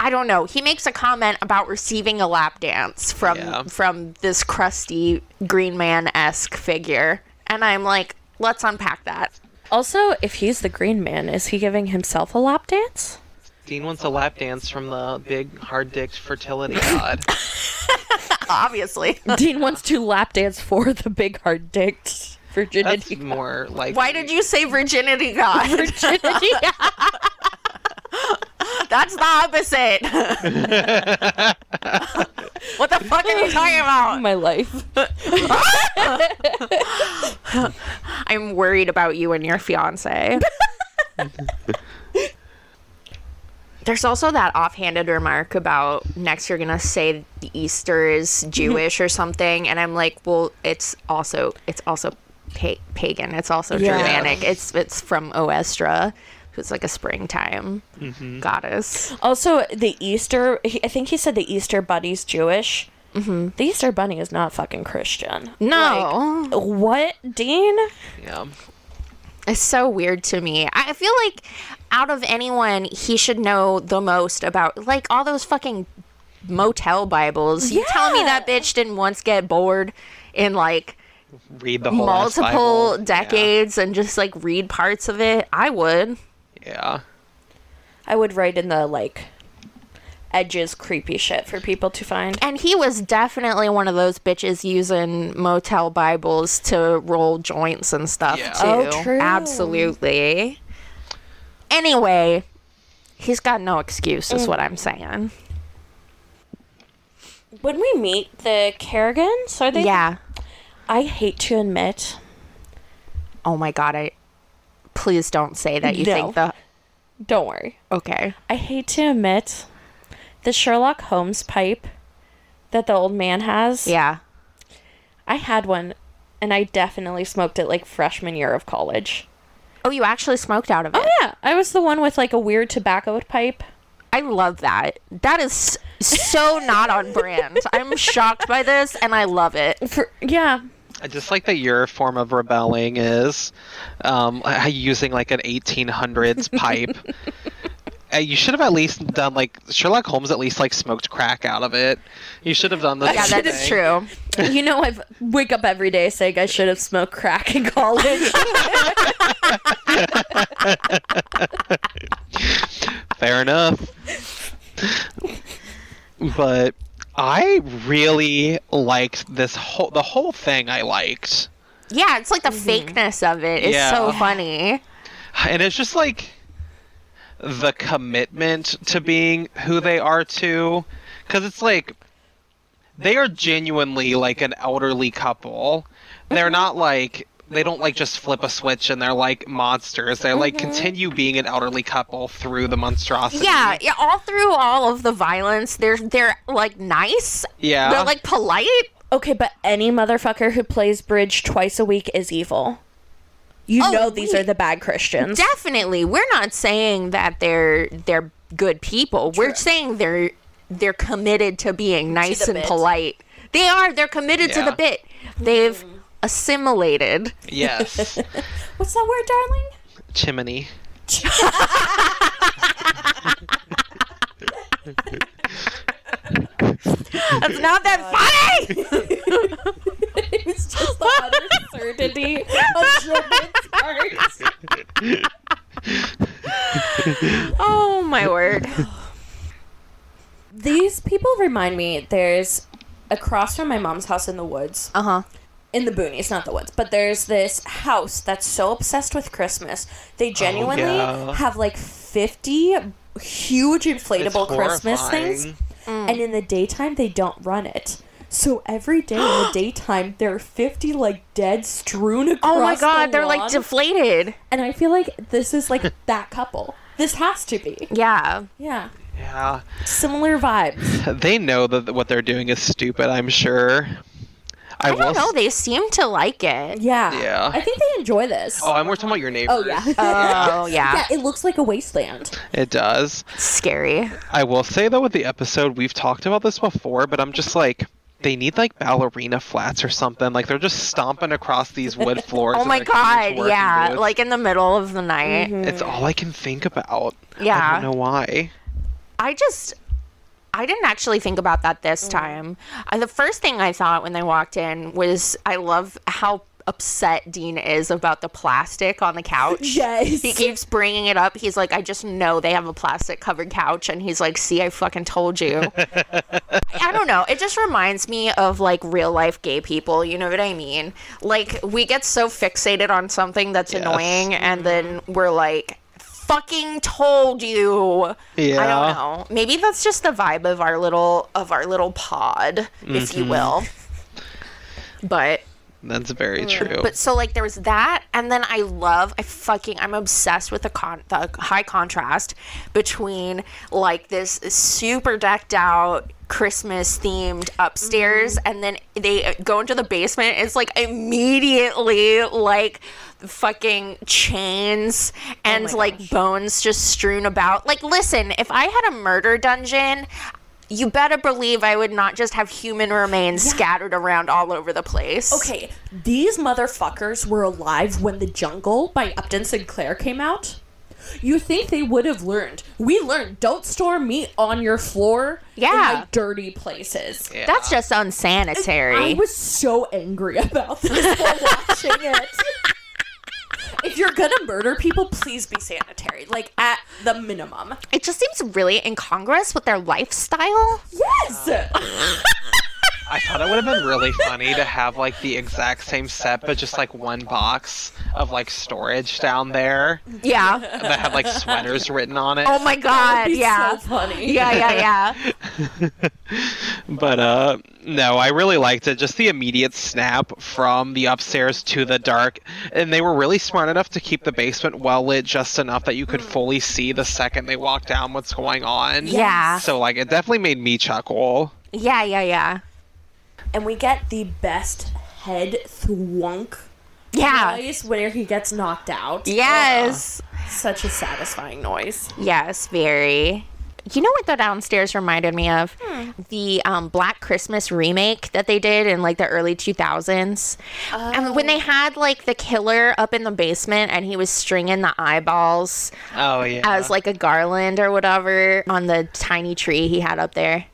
I don't know. He makes a comment about receiving a lap dance from
Yeah.
from this crusty green man esque figure, and I'm like, let's unpack that.
Also, if he's the green man, is he giving himself a lap dance?
Dean wants a lap dance from the big hard
*laughs*
dicked fertility god.
Obviously,
*laughs* Dean wants to lap dance for the big hard dicked
That's
virginity.
more like.
why did you say virginity, God?
virginity?
*laughs* That's the opposite. *laughs* what the fuck are you talking about?
*laughs* My life.
I'm worried about you and your fiance. *laughs* There's also that offhanded remark about next you're gonna say the Easter *laughs* is Jewish or something, and I'm like, well, it's also it's also pa- pagan. It's also
Yeah.
Germanic. It's it's from Oestra, who's like a springtime goddess.
Also, the Easter. he- I think he said the Easter Bunny's Jewish. Mm-hmm. The Easter Bunny is not fucking Christian.
No,
Like, what, Dean?
Yeah.
It's so weird to me. I I feel like out of anyone, he should know the most about like all those fucking motel Bibles. You telling me that
Yeah.
bitch didn't once get bored in like
Read the whole ass
multiple
Bible. Yeah.
decades and just like read parts of it? I would.
Yeah.
I would write in the like edges creepy shit for people to find.
And he was definitely one of those bitches using motel Bibles to roll joints and stuff,
Yeah.
too.
Oh, true.
Absolutely. Anyway, he's got no excuse,
Mm.
is what I'm saying.
When we meet the Kerrigans, are they?
yeah.
I hate to admit
Oh my God. I. Please don't say that you
No.
think the.
Don't worry. *laughs*
Okay.
I hate to admit the Sherlock Holmes pipe that the old man has.
Yeah.
I had one and I definitely smoked it like freshman year of college.
Oh, you actually smoked out of it.
Oh, yeah. I was the one with like a weird tobacco pipe.
I love that. That is so not on
*laughs*
brand. I'm shocked by this and I love it.
For, yeah.
I just like that your form of rebelling is um, *laughs* using like an 1800s
*laughs*
pipe. Uh, you should have at least done like Sherlock Holmes at least like smoked crack out of it. You should have done the
Yeah,
same
that is
thing.
true.
you know, I wake up every day saying I should have smoked crack in
*laughs*
college.
Fair enough. but I really liked this whole the whole thing I liked.
Yeah, it's like the
Mm-hmm.
fakeness of it. It's
Yeah.
so funny.
And it's just like the commitment to being who they are to cuz it's like they are genuinely like an elderly couple. They're not like they don't like just flip a switch and they're like monsters. They like
Mm-hmm.
continue being an elderly couple through the monstrosity.
Yeah,
Mm-hmm.
yeah, all through all of the violence, they're they're like nice.
Yeah.
They're like polite.
okay, but any motherfucker who plays bridge twice a week is evil. You
Oh,
know these
we-
are the bad Christians.
Definitely. We're not saying that they're they're good people. We're saying they're they're committed to being nice and
bit.
polite. They are. They're committed to
Yeah.
the bit. They've assimilated. *laughs*
Yes.
What's that word, darling?
*laughs*
Chimney.
That's not that funny. *laughs*
It's just the utter absurdity *laughs* of Jordan's *laughs* art.
Oh my word.
These people remind me there's across from my mom's house in the woods.
Uh huh.
in the boonies, not the woods, but there's this house that's so obsessed with Christmas. They genuinely
Oh, yeah.
have like 50 huge
It's
inflatable Christmas things,
horrifying.
Mm.
and in the daytime, they don't run it. So every day in
*gasps*
the daytime, there are 50 like dead strewn across.
Oh my god,
the
they're like
lawn,
deflated.
and I feel like this is
*laughs*
like that couple. This has to be.
Yeah.
Yeah.
Yeah.
Similar vibes.
They know that what they're doing is stupid, I'm sure. I,
I
will
don't know.
s-
They seem to like
*laughs*
it.
Yeah.
Yeah.
I think they enjoy this.
Oh, and we're talking about your neighbors.
Oh, yeah. *laughs*
Oh,
yeah,
yeah.
it looks like a wasteland.
It does.
Scary.
I will say though with the episode we've talked about this before, but I'm just like they need like ballerina flats or something. Like they're just stomping across these wood floors.
*laughs* Oh
in
my
their huge
god,
working
yeah.
boots.
Like in the middle of the night.
it's all I can think about. I
Yeah.
don't know why.
I just I didn't actually think about that this time. I, the first thing I thought when they walked in was I love how upset Dean is about the plastic on the couch.
Yes.
He keeps bringing it up. He's like, I just know they have a plastic covered couch. And he's like, see, I fucking told you.
*laughs*
I don't know. It just reminds me of like real life gay people. You know what I mean? Like, we get so fixated on something that's
Yes. Mm-hmm.
annoying. And then we're like, fucking told you. I
Yeah.
don't know. Maybe that's just the vibe of our little of our little pod, if
Mm-hmm.
you will. But
That's very true.
Mm, but so like there was that, and then I love I fucking I'm obsessed with the con the high contrast between like this super decked out Christmas themed upstairs, and then they go into the basement. It's like immediately like fucking chains and like bones just strewn about. Like listen, if I had a murder dungeon. You better believe I would not just have human remains scattered around all over the place.
Okay, these motherfuckers were alive when The Jungle by Upton Sinclair came out. You think they would have learned? We learned don't store meat on your floor in
Yeah.
like, dirty places.
That's just unsanitary. *laughs*
I was so angry about this while watching it. It if you're gonna murder people, please be sanitary. Like at the minimum.
It just seems really incongruous with their lifestyle.
Yes.
I thought it would have been really funny to have like the exact same set, but just like one box of like storage down there *laughs*
Yeah.
that
*laughs*
had like sweaters written on it.
Oh my god. Yeah.
So funny.
yeah. Yeah. Yeah.
But uh no, I really liked it. Just the immediate snap from the upstairs to the dark. And they were really smart enough to keep the basement well lit just enough that you could fully see the second they walked down what's going on.
Yeah.
So like it definitely made me chuckle.
Yeah. Yeah. Yeah.
And we get the best head thwunk
Yeah.
noise whenever he gets knocked out.
Yes.
Such a satisfying noise.
Yes, very. You know what the downstairs reminded me of? The um, Black Christmas remake that they did in like the early 2000s. And when they had like the killer up in the basement and he was stringing the eyeballs
Oh yeah.
as like a garland or whatever on the tiny tree he had up there.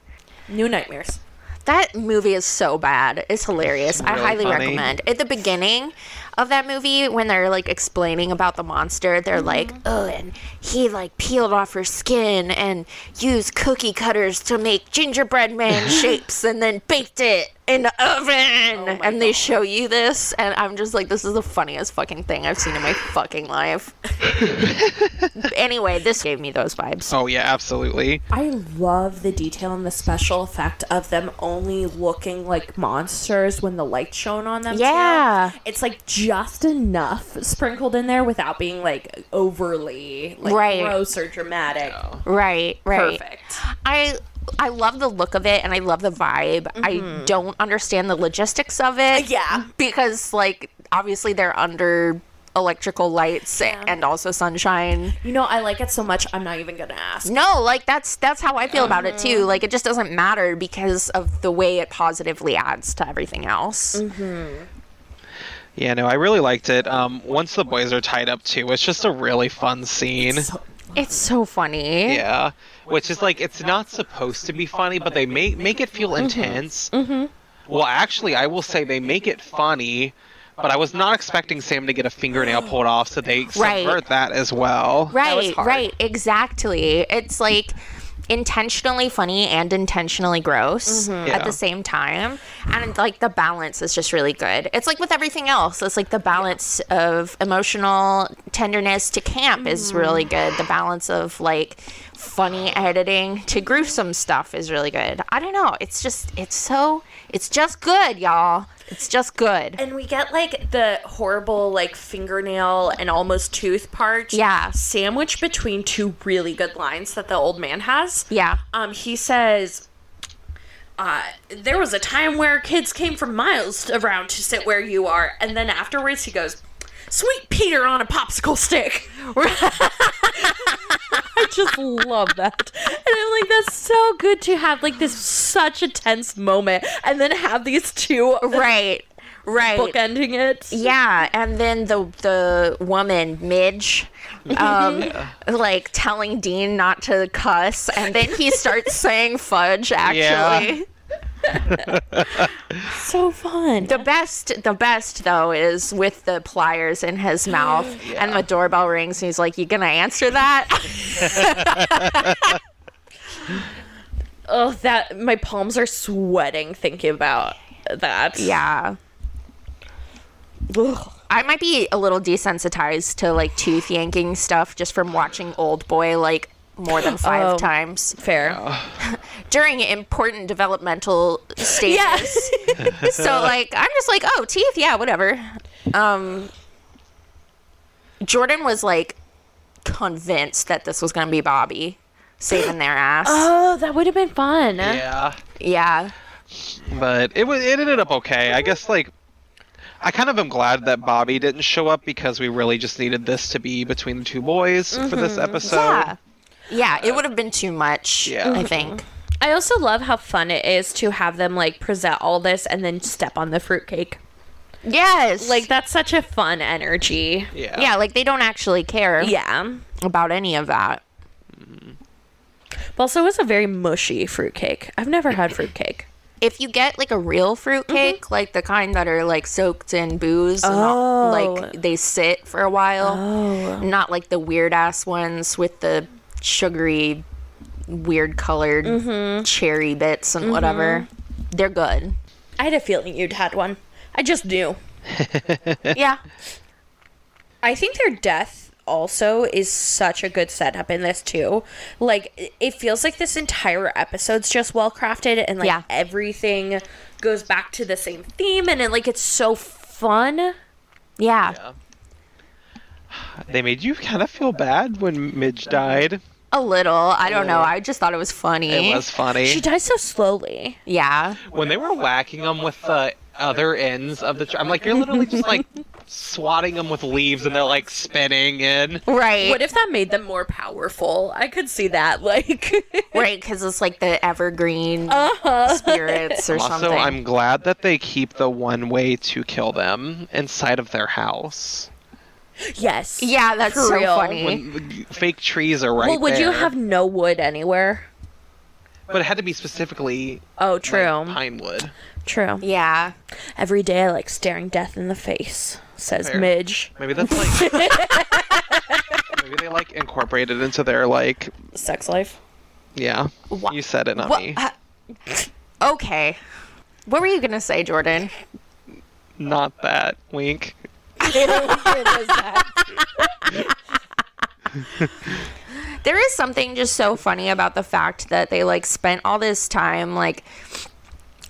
New nightmares.
That movie is so bad. It's hilarious. I
really
highly
funny.
recommend. At the beginning of that movie, when they're like explaining about the monster, they're
Mm-hmm.
like, "Oh, and he like peeled off her skin and used cookie cutters to make gingerbread
*laughs*
man shapes, and then baked it in the
Oh
oven." and they show you this, and I'm just like, "This is the funniest fucking thing I've seen in my fucking
*laughs*
life." anyway, this gave me those vibes.
Oh yeah, absolutely.
I love the detail and the special effect of them only looking like monsters when the light shone on them. too.
Yeah.
It's like just enough sprinkled in there without being like overly like
Right.
gross or dramatic.
Right, right.
Perfect.
I I love the look of it and I love the vibe. I don't understand the logistics of it.
Yeah.
Because like obviously they're under electrical lights and also sunshine.
You know, I like it so much I'm not even gonna ask.
No, like that's that's how I feel about it too. Like it just doesn't matter because of the way it positively adds to everything else.
Yeah, no, I really liked it. Um once the boys are tied up too, it's just a really fun scene.
It's so funny.
Yeah, which is like it's not supposed to be funny, but they make make it feel intense. Well, actually, I will say they make it funny, but I was not expecting Sam to get a fingernail pulled off, so they
Right.
subvert that as well.
Right,
was hard.
right, exactly. It's like intentionally funny and intentionally gross
Mm-hmm.
at
Yeah.
the same time. And like the balance is just really good. It's like with everything else, it's like the balance of emotional tenderness to camp is
Mm-hmm.
really good. The balance of like funny editing to gruesome stuff is really good. I don't know. It's just, it's so, it's just good, y'all. It's just good.
And we get like the horrible like fingernail and almost tooth part.
Yeah.
Sandwiched between two really good lines that the old man has. *laughs*
Yeah.
Um, he says, uh, there was a time where kids came from miles around to sit where you are, and then afterwards he goes, Sweet Peter on a popsicle stick. *laughs* I just love that. And I'm like, that's so good to have like this such a tense moment and then have these two
Right, right.
bookending it.
Yeah, and then the the woman Midge, um, like telling Dean not to cuss, and then he starts saying fudge. Actually,
So fun.
the best the best though is with the pliers in his mouth, and the doorbell rings, and he's like, "You gonna answer that?"
oh, that my palms are sweating thinking about that.
yeah.
Ugh.
I might be a little desensitized to like tooth yanking stuff just from watching Old Boy like more than five
Oh.
times.
Fair.
during important developmental stages.
*laughs*
so like I'm just like, oh, teeth, yeah, whatever. Um Jordan was like convinced that this was gonna be Bobby saving their ass.
Oh, that would have been fun.
Yeah,
yeah.
but it was it ended up okay. I guess like I kind of am glad that Bobby didn't show up because we really just needed this to be between the two boys for this episode.
Yeah. Yeah, it would have been too much,
Yeah.
I think.
I also love how fun it is to have them like present all this and then step on the fruitcake.
Yes.
Like that's such a fun energy.
Yeah.
yeah, like they don't actually care
Yeah.
about any of that.
But also it was a very mushy fruitcake. I've never had fruitcake.
If you get like a real
Mm-hmm.
fruitcake, like the kind that are like soaked in booze, and all-
Oh.
like they sit for a while, not like the weird ass ones with the sugary, weird colored
Mm-hmm.
cherry bits and whatever. They're good.
I had a feeling you'd had one. I just knew.
*laughs* yeah.
I think their death also is such a good setup in this too. Like it- it feels like this entire episode's just well crafted and like
Yeah.
everything goes back to the same theme and it, like it's so fun.
Yeah.
Yeah. They made you kind of feel bad when Midge died.
A little. I don't know. I just thought it was funny.
It was funny.
She dies so slowly.
Yeah.
when they were whacking them with the other ends of the tr- I'm like, you're literally just
*laughs*
like swatting them with leaves and they're like spinning in.
Right.
What if that made them more powerful? I could see that. Like *laughs*
right. Because it's like the evergreen
Uh-huh.
spirits or
Also,
something.
I'm glad that they keep the one way to kill them inside of their house.
yes.
yeah, that's
For
so
real.
funny.
When the fake trees are right
well, would you
there.
have no wood anywhere?
But it had to be specifically
Oh,
like,
true.
pine wood.
True.
yeah.
Every day I like staring death in the face, says
Fair.
Midge.
Maybe that's like.
*laughs*
maybe they like incorporated into their like.
Sex *laughs* life.
Yeah. You said it, not
What?
me.
uh, *laughs* okay. What were you gonna say, Jordan?
Not that. Wink.
There is something just so funny about the fact that they like spent all this time like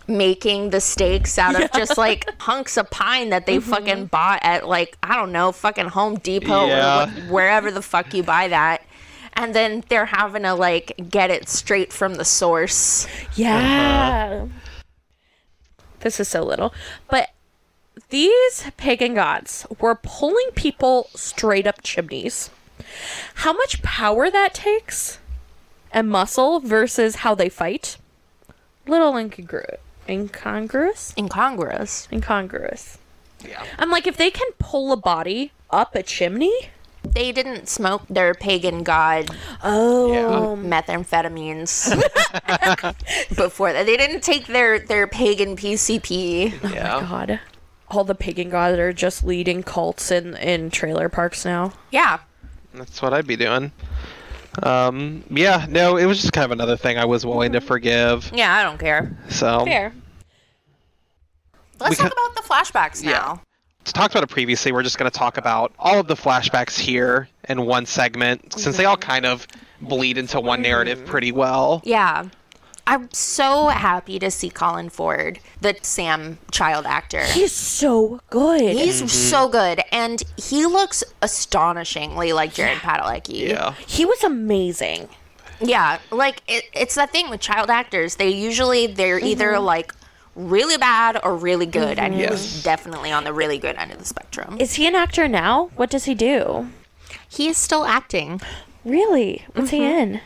making the steaks out of just like hunks of pine that they fucking bought at like I don't know fucking Home Depot
Yeah.
or what, wherever the fuck you buy that. And then they're having to like get it straight from the source.
Yeah. This is so little. But these pagan gods were pulling people straight up chimneys. How much power that takes and muscle versus how they fight? Little incongru- incongruous?
Incongruous.
Incongruous.
Yeah.
I'm like, if they can pull a body up a chimney?
They didn't smoke their pagan god
Oh.
Yeah.
methamphetamines *laughs* before that. They didn't take their their pagan PCP.
Yeah.
Oh, God. All the pagan gods are just leading cults in, in trailer parks now.
Yeah.
That's what I'd be doing. Um, yeah, no, it was just kind of another thing I was willing
Mm-hmm.
to forgive.
Yeah, I don't care.
So
Let's
We
talk about the flashbacks now.
to talked about it previously. We're just going to talk about all of the flashbacks here in one segment, since they all
Mm-hmm.
kind of bleed into one narrative pretty well.
Yeah. I'm so happy to see Colin Ford, the Sam child actor.
He's so good.
He's
Mm-hmm.
so good, and he looks astonishingly like Jared Padalecki.
Yeah,
He was amazing.
Yeah, like it, it's that thing with child actors. They usually they're either like really bad or really good, and he
Yes.
was definitely on the really good end of the spectrum.
Is he an actor now? What does he do?
he is still acting.
Really? What's he in?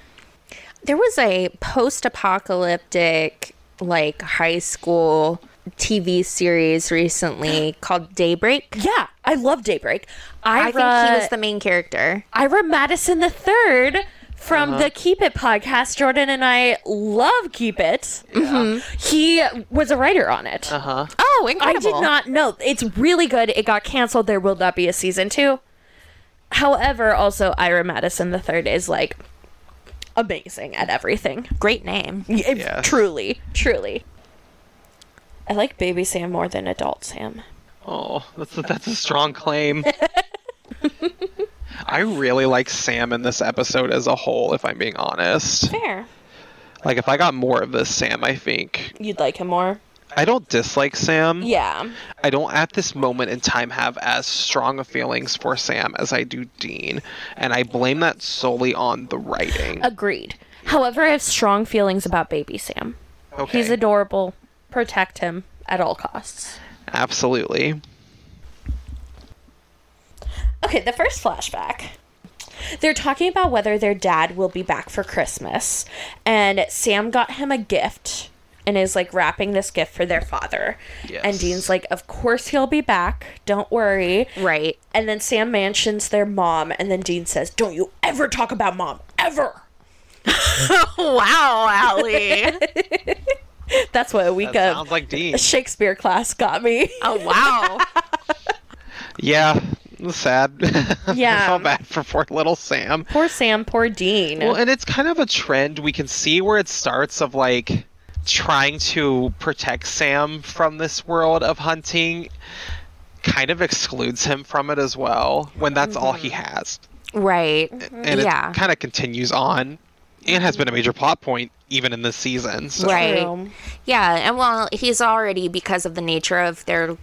There was a post-apocalyptic like high school TV series *gasps* recently called Daybreak.
Yeah, I love Daybreak. Ira,
I think he was the main character.
Ira Madison the third from
Uh-huh.
the Keep It podcast. Jordan and I love Keep It. He was a writer on it.
Oh,
I did
incredible!
not know. It's really good. It got canceled. There will not be a season two. However, also Ira Madison the third is like amazing at everything.
Great name.
It-
Yes.
Truly, truly. I like baby Sam more than adult Sam.
Oh, that's a, that's a strong
*laughs*
claim. I really like Sam in this episode as a whole, if I'm being honest.
Fair.
Like, if I got more of this Sam, I think.
You'd like him more.
I don't dislike Sam.
Yeah.
I don't at this moment in time have as strong of feelings for Sam as I do Dean, and I blame that solely on the
Uh,
writing.
Agreed. However, I have strong feelings about baby Sam.
Okay.
He's adorable. Protect him at all costs.
Absolutely.
Okay, the first flashback. They're talking about whether their dad will be back for Christmas. And Sam got him a gift and is like wrapping this gift for their father.
Yes.
And Dean's like, Of course he'll be back. Don't worry.
*laughs* Right.
And then Sam mentions their mom. And then Dean says, Don't you ever talk about mom. Ever.
*laughs* Wow, Allie.
That's what a week
That
of
sounds like
*laughs*
Dean.
Shakespeare class got me.
Oh wow.
Yeah, sad. *laughs*
Yeah.
I felt bad for poor little Sam.
poor Sam, poor Dean.
Well, and it's kind of a trend. We can see where it starts of like trying to protect Sam from this world of hunting, kind of excludes him from it as well when that's all he has.
right.
And
Yeah.
it kind of continues on and has been a major plot point even in this season. So.
Right.
True.
Yeah, and well, he's already because of the nature of their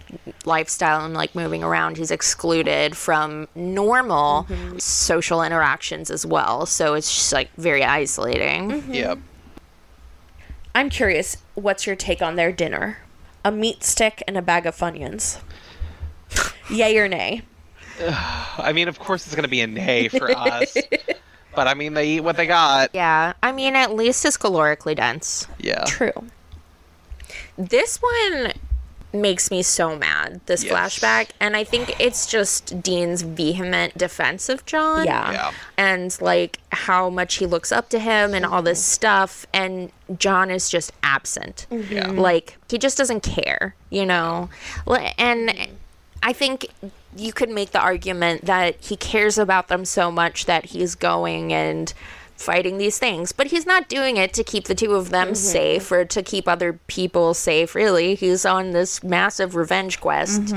lifestyle and like moving around, he's excluded from normal social interactions as well. So it's just like very isolating.
Yep.
I'm curious, what's your take on their dinner? A meat stick and a bag of
*sighs*
Funyuns. Yay or nay?
I mean, of course, it's going to be a nay
*laughs*
for us. But I mean, they eat what they got.
Yeah, I mean, at least it's calorically dense.
Yeah.
True.
This one makes me so mad, this
Yes.
flashback. And I think it's just Dean's vehement defense of John.
Yeah.
Yeah.
and like how much he looks up to him and all this stuff and John is just absent.
Yeah.
Like he just doesn't care, you know. L- And I think you could make the argument that he cares about them so much that he's going and fighting these things, but he's not doing it to keep the two of them safe or to keep other people safe, really. He's on this massive revenge quest.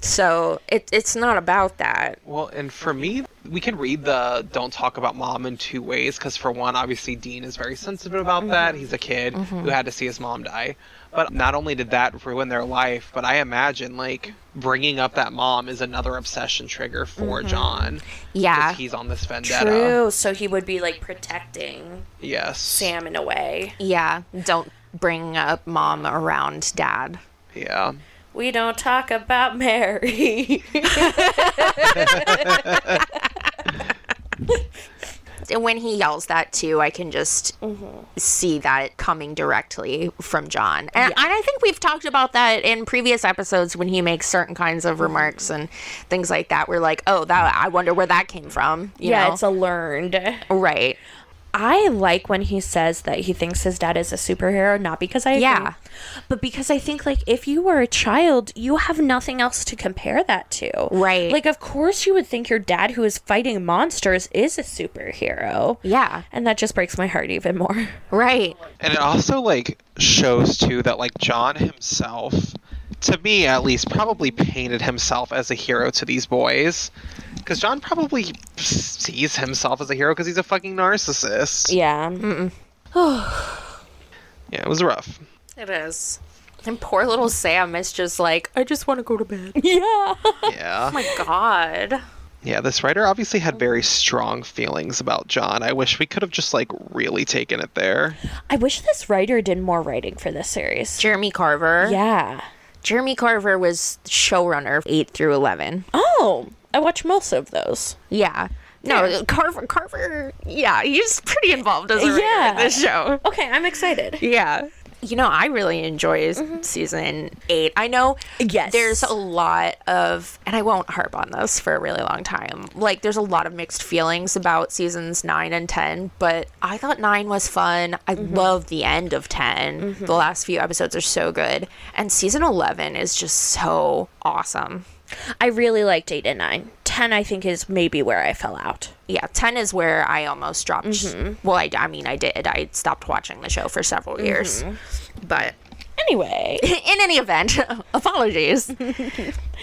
So it, it's not about that.
Well, and for me, we can read the "Don't Talk About Mom" in two ways. Because for one, obviously Dean is very sensitive about that. He's a kid who had to see his mom die. But not only did that ruin their life, but I imagine like bringing up that mom is another obsession trigger for John. 'cause
Yeah.
he's on this vendetta.
True.
So he would be like protecting
Yes.
Sam in a way.
Yeah, don't bring up mom around dad.
Yeah.
We don't talk about Mary. *laughs*
And when he yells that too, I can just see that coming directly from John. And, and I think we've talked about that in previous episodes when he makes certain kinds of remarks and things like that. We're like, oh, that I wonder where that came from. You
yeah,
know?
it's a learned.
right.
I like when he says that he thinks his dad is a superhero, not because I agree,
Yeah.
but because I think like if you were a child, you have nothing else to compare that to,
Right.
Like, of course, you would think your dad, who is fighting monsters, is a superhero,
Yeah.
and that just breaks my heart even more.
Right.
And it also like shows too that like John himself, to me at least, probably painted himself as a hero to these boys, because John probably sees himself as a hero because he's a fucking narcissist.
*laughs* Yeah,
Yeah, it was rough.
It is. And poor little Sam is just like, I just want to go to bed.
*laughs* yeah,
Yeah.
God.
yeah, this writer obviously had very strong feelings about John. I wish we could have just like really taken it there.
I wish this writer did more writing for this series.
Jeremy Carver.
Yeah.
Jeremy Carver was showrunner 8 through 11.
Oh, I watch most of those.
Yeah. No, Carver. Carver. Yeah, he's pretty involved as a writer
Yeah.
in this show. *laughs*
Okay, I'm excited.
Yeah. Mm-hmm. You know, I really enjoy season eight. I know
Yes.
there's a lot of, and I won't harp on this for a really long time. Like, there's a lot of mixed feelings about seasons nine and 10, but I thought nine was fun. I love the end of 10. The last few episodes are so good. And season 11 is just so awesome.
I really liked eight and nine. Ten, I think, is maybe where I fell out.
yeah, 10 is where I almost dropped. Well, I, I mean, I did. I stopped watching the show for several years. But
Anyway,
*laughs* in any event, apologies. *laughs*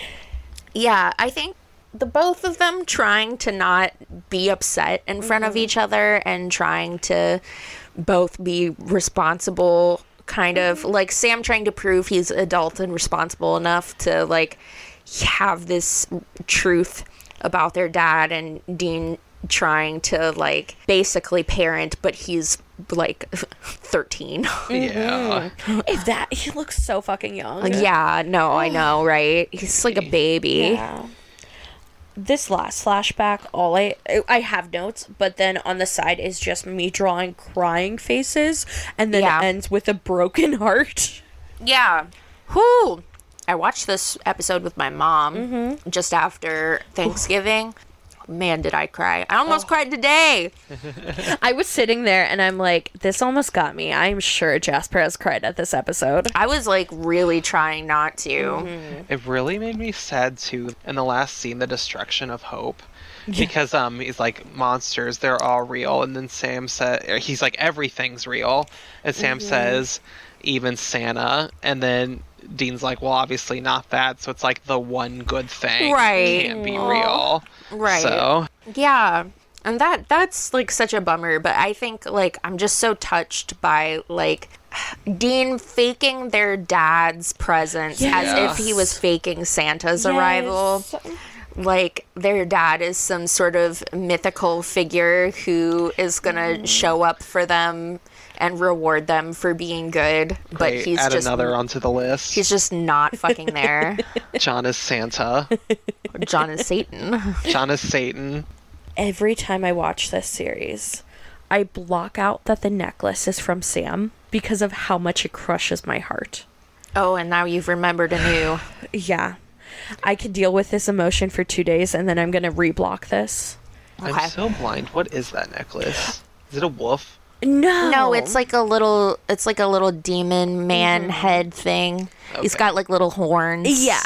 yeah, I think the both of them trying to not be upset in front of each other and trying to both be responsible kind of like Sam trying to prove he's adult and responsible enough to like have this truth about their dad and Dean trying to like basically parent but he's like *laughs* 13
Yeah.
if that he looks so fucking young.
Like, Uh, yeah, no, I know, right? He's like a baby.
Yeah. This last flashback, all I I have notes, but then on the side is just me drawing crying faces, and then
Yeah.
it ends with
*laughs*
a broken heart.
Yeah. Whoo! I watched this episode with my mom just after Thanksgiving. man, did I cry. I almost cried today.
*laughs* I was sitting there and I'm like, this almost got me. I'm sure Jasper has cried at this episode.
I was like really trying not to.
It really made me sad too. In the last scene, the destruction of hope, because um, he's like monsters. They're all real, and then Sam said he's like everything's real, and Sam
Mm-hmm.
says even Santa, and then Dean's like, well, obviously not that. So it's like the one good thing
Right.
can't be real.
Right.
So
Yeah. And that that's like such a bummer, but I think like I'm just so touched by like Dean faking their dad's presence as if he was faking Santa's arrival. Like their dad is some sort of mythical figure who is going to show up for them and reward them for being good, but
great.
he's
add
just
another onto the list.
he's *laughs* just not fucking
*laughs*
there.
John is Santa.
John is Satan.
John is Satan.
Every time I watch this series, I block out that the necklace is from Sam because of how much it crushes my heart.
Oh, and now you've remembered anew.
Yeah. I could deal with this emotion for two days and then I'm going to reblock this.
Okay.
I'm so blind. What is that necklace? Is it a wolf?
No.
Oh.
No, it's like a little it's like a little demon man head thing. He's
Okay.
got like little horns.
Yeah.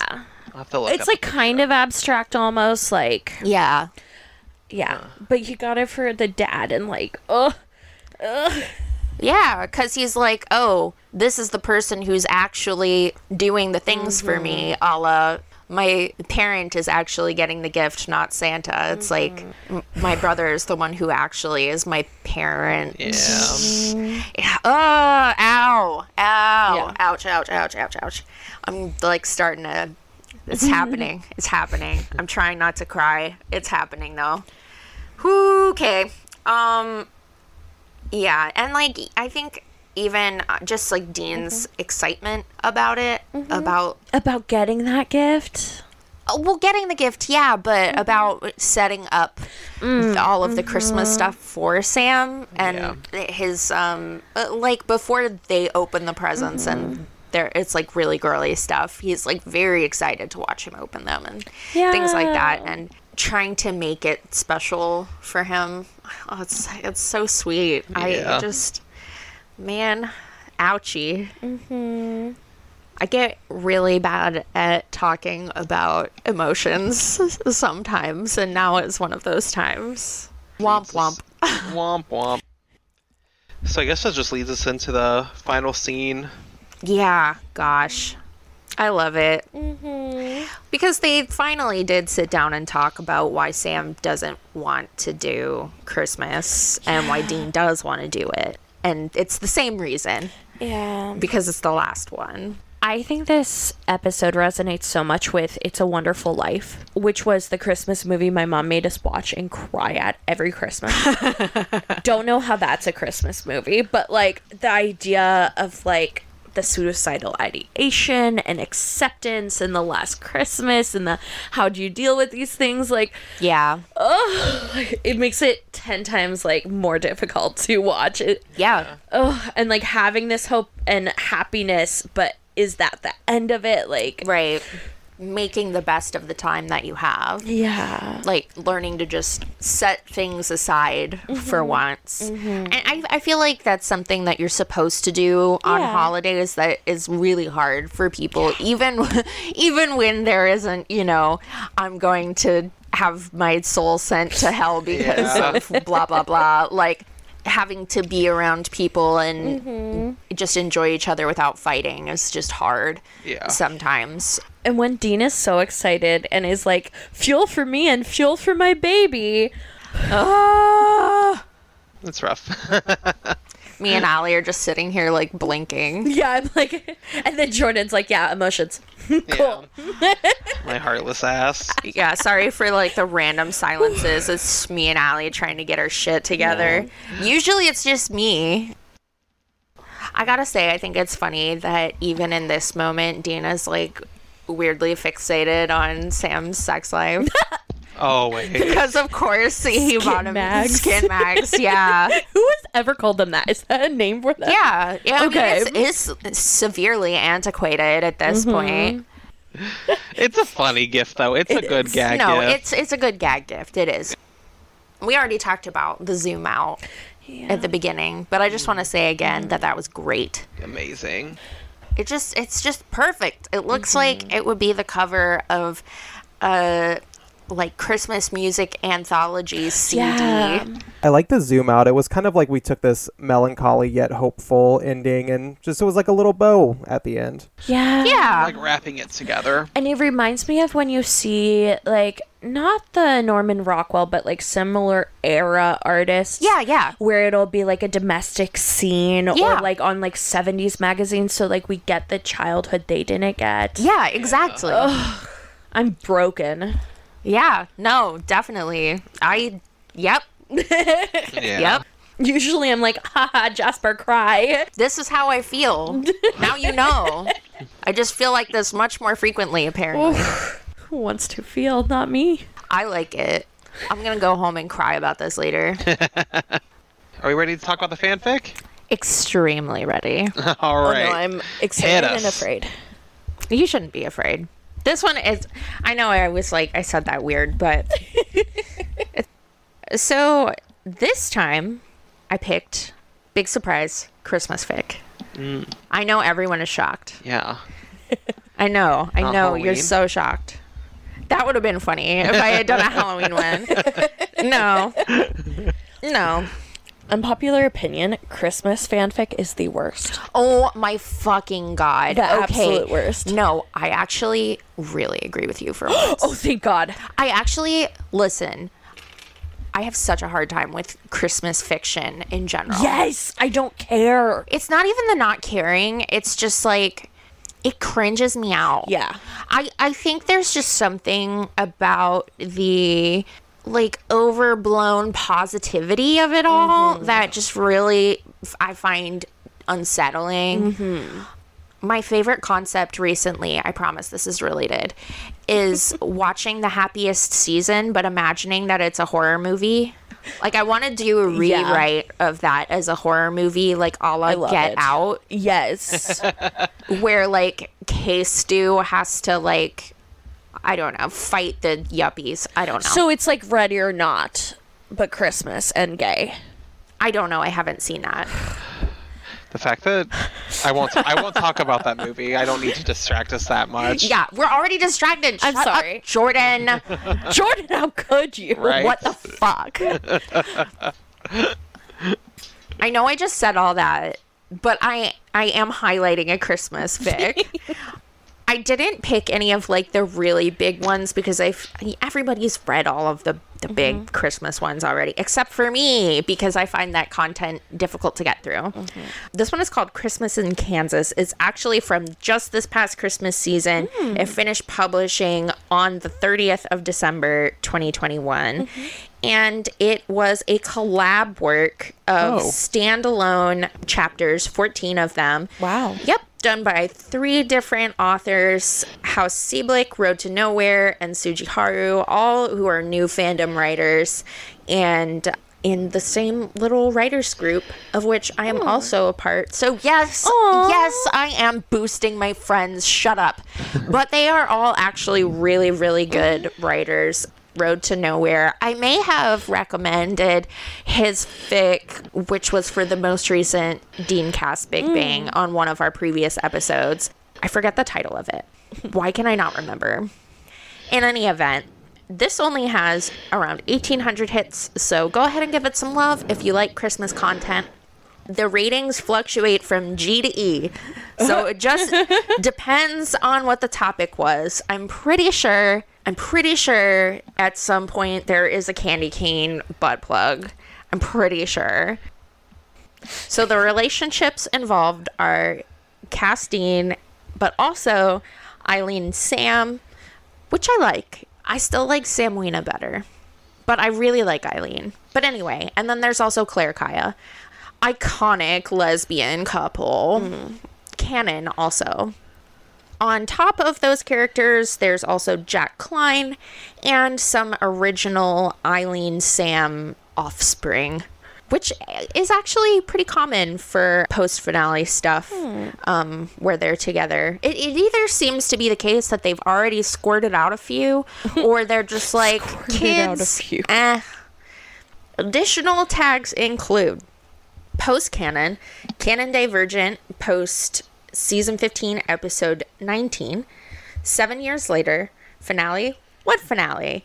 I'll have to look
It's
up
like
the picture.
kind of abstract almost. Like,
Yeah.
yeah. But you got it for the dad and like, oh.
Yeah, cuz he's like, "Oh, this is the person who's actually doing the things for me." A la my parent is actually getting the gift, not Santa. It's like m- my brother is the one who actually is my parent.
Yeah.
Yeah. Oh, ow, ow,
Yeah.
ouch, ouch, ouch, ouch, ouch. I'm like starting to. It's happening. It's happening. I'm trying not to cry. It's happening though. Whew, Okay. Um. Yeah, and like I think even uh, just like Dean's excitement about it, about
Mm-hmm. About getting that gift. Mm-hmm.
uh, well, getting the gift, yeah, but about setting up
Mm,
th- all of the
mm-hmm.
Christmas stuff for Sam and his um uh, like before they open the presents
Mm-hmm.
and there it's like really girly stuff. He's like very excited to watch him open them and things like that and trying to make it special for him. Oh, it's it's so sweet. I
Yeah.
just man, ouchie. I get really bad at talking about emotions *laughs* sometimes, and now is one of those times. Womp womp.
womp womp. So I guess that just leads us into the final scene.
Yeah, gosh. I love it. Because they finally did sit down and talk about why Sam doesn't want to do Christmas and why Dean does want to do it. And it's the same reason
Yeah.
because it's the last one.
I think this episode resonates so much with It's a Wonderful Life, which was the Christmas movie my mom made us watch and cry at every Christmas. Don't know how that's a Christmas movie, but like the idea of like the suicidal ideation and acceptance and the last Christmas and the how do you deal with these things like
Yeah.
it makes it 10 times like more difficult to watch it
Yeah.
oh and like having this hope and happiness but is that the end of it like
Right. Making the best of the time that you have.
yeah
like learning to just set things aside for once. And I, I feel like that's something that you're supposed to do on
Yeah.
holidays that is really hard for people, even *laughs* even when there isn't, you know, I'm going to have my soul sent to hell because
*laughs* Yeah.
of blah blah blah. Like having to be around people and just enjoy each other without fighting is just hard
Yeah.
sometimes.
and when dean is so excited and is like fuel for me and fuel for my baby Ah.
That's rough. *laughs*
Me and Allie are just sitting here like blinking.
*laughs* yeah i'm like *laughs* and then jordan's like yeah emotions cool
My heartless ass.
Yeah, sorry for like the random silences. It's me and Allie trying to get our shit together. Usually it's just me. I gotta say, I think it's funny that even in this moment, Dina's like weirdly fixated on Sam's sex
*laughs*
life.
Oh wait.
Because of course he bought him
mags.
skin mags.
*laughs*
Yeah.
who has ever called them that is that a name for that
Yeah. yeah okay.
Okay. Mm-hmm.
it's, it's severely antiquated at this point.
It's a funny gift, though. It's a good gag
no,
gift.
it's it's a good gag gift. It is. We already talked about the zoom out at the beginning, but I just want to say again that that was great.
amazing.
It just it's just perfect. It looks like it would be the cover of a like Christmas music anthology CD.
Yeah.
I like the zoom out. It was kind of like we took this melancholy yet hopeful ending and just it was like a little bow at the end.
Yeah.
Yeah.
Like wrapping it together.
And it reminds me of when you see like not the Norman Rockwell, but like similar era artists.
Yeah, yeah.
Where it'll be like a domestic scene
Yeah.
or like on like seventies magazines, so like we get the childhood they didn't get.
Yeah, exactly.
I'm broken.
Yeah, no, definitely. I yep,
Yeah.
yep.
Usually I'm like, haha, Jasper cry.
This is how I feel. now you know. I just feel like this much more frequently apparently.
Who wants to feel? Not me.
I like it. I'm gonna go home and cry about this
*laughs*
later.
Are we ready to talk about the fanfic? *laughs*
Extremely ready.
All right.
Oh, No, I'm
Hit
excited
us.
and afraid.
You shouldn't be afraid. This one is. I know I was like, I said that weird,
*laughs*
but. so this time I picked, big surprise, Christmas fic. I know everyone is shocked.
Mm. yeah.
I know. I
Not
know. You're
Halloween.
so shocked. That would have been funny if I had done a Halloween
*laughs*
one. *laughs* No. No.
Unpopular opinion: Christmas fanfic is the worst.
Oh my fucking god.
The
okay.
absolute worst.
No, I actually really agree with you for *gasps* once.
Oh, thank God.
I actually listen. I have such a hard time with Christmas fiction in general.
Yes, I don't care.
It's not even the not caring, it's just like it cringes me out.
Yeah.
I I think there's just something about the like overblown positivity of it all
Mm-hmm.
that just really f- I find unsettling.
Mm-hmm.
My favorite concept recently, I promise this is related,
*laughs*
is watching the happiest season but imagining that it's a horror movie. Like I want to do a
Yeah.
rewrite of that as a horror movie, like a la
love
Get
it.
Out
*laughs* Yes.
where like Case Stew has to like I don't know, fight the yuppies. I don't know.
so it's like ready or not, but Christmas and gay.
I don't know. I haven't seen that.
The fact that I won't I won't talk about that movie. I don't need to distract us that much.
Yeah, we're already distracted.
I'm
Shut up,
sorry.
Jordan.
*laughs* Jordan, how could you?
Right.
What the fuck? *laughs* I know I just said all that, but I I am highlighting a
*laughs*
Christmas fic. I didn't pick any of like the really big ones because I everybody's read all of the the big Christmas ones already, except for me because I find that content difficult to get through. This one is called Christmas in Kansas. It's actually from just this past Christmas season. It finished publishing on the 30th of December 2021. And it was a collab work of
Oh.
standalone chapters, 14 of them.
Wow.
Yep, done by three different authors House Sieblick, Road to Nowhere, and Suji Haru, all who are new fandom writers and in the same little writers group of which I am also a part. So, yes, yes, I am boosting my friends. Shut up. but they are all actually really, really good writers. Road to Nowhere. I may have recommended his fic, which was for the most recent Dean Cast Big Bang, on one of our previous episodes. I forget the title of it. Why can I not remember? In any event, this only has around 1,800 hits, so go ahead and give it some love if you like Christmas content. The ratings fluctuate from G to E, so it just depends on what the topic was. I'm pretty sure. I'm pretty sure at some point there is a candy cane butt plug. I'm pretty sure. So the relationships involved are Castine, but also Eileen Sam, which I like. I still like Samwina better, but I really like Eileen. But anyway, and then there's also Claire Kaya, iconic lesbian couple, canon also. On top of those characters, there's also Jack Klein and some original Eileen Sam offspring. which is actually pretty common for post finale stuff um, where they're together. It, it either seems to be the case that they've already squirted out a
*laughs*
few, or they're just like
it out a
kids.
few."
eh." Additional tags include post canon, canon divergent, post season 15, episode 19, seven years later, finale, what finale?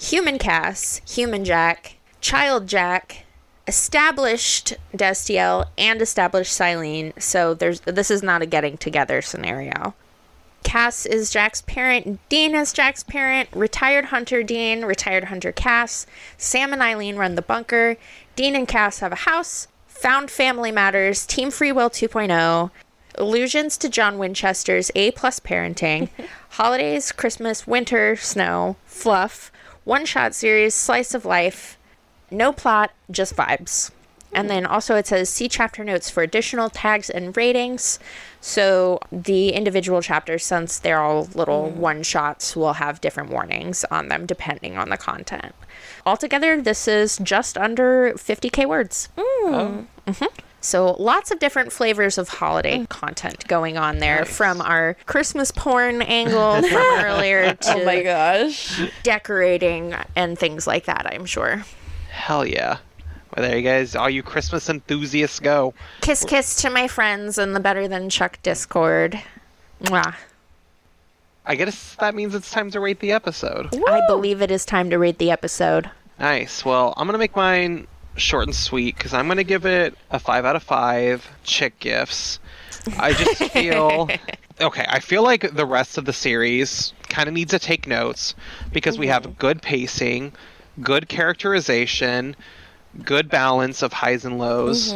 Human Cass, Human Jack, Child Jack, established Destiel, and established Silene. So there's this is not a getting together scenario. Cass is Jack's parent. Dean is Jack's parent. Retired Hunter Dean, retired Hunter Cass. Sam and Eileen run the bunker. Dean and Cass have a house. Found Family Matters, Team Free Will 2.0. Allusions to John Winchester's A plus parenting, holidays, Christmas, winter, snow, fluff, one shot series, slice of life, no plot, just vibes. And then also it says see chapter notes for additional tags and ratings. So the individual chapters, since they're all little
Mm.
one shots, will have different warnings on them depending on the content. Altogether, this is just under 50k words.
Oh.
Mm-hmm. So lots of different flavors of holiday
Mm.
content going on there from our Christmas porn
*laughs*
angle from earlier to
Oh my gosh.
decorating and things like that, I'm sure.
Hell yeah. Well, there you guys, all you Christmas enthusiasts go.
Kiss kiss to my friends in the Better Than Chuck Discord. Mwah.
I guess that means it's time to rate the episode.
I believe it is time to rate the episode.
Nice. Well, I'm going to make mine short and sweet because I'm going to give it a 5 out of 5 chick gifts. I just feel. Okay, I feel like the rest of the series kind of needs to take notes because we have good pacing, good characterization, good balance of highs and lows,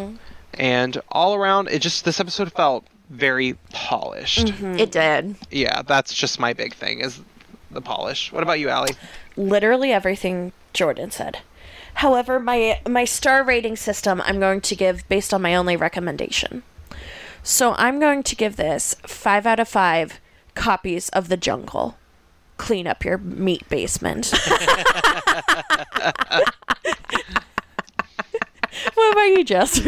and all around, it just, this episode felt very polished.
It did.
Yeah, that's just my big thing is the polish. What about you, Allie?
literally everything Jordan said. However, my my star rating system I'm going to give based on my only recommendation. So I'm going to give this 5 out of 5 copies of The Jungle. Clean up your meat basement. *laughs* what about you, Jess?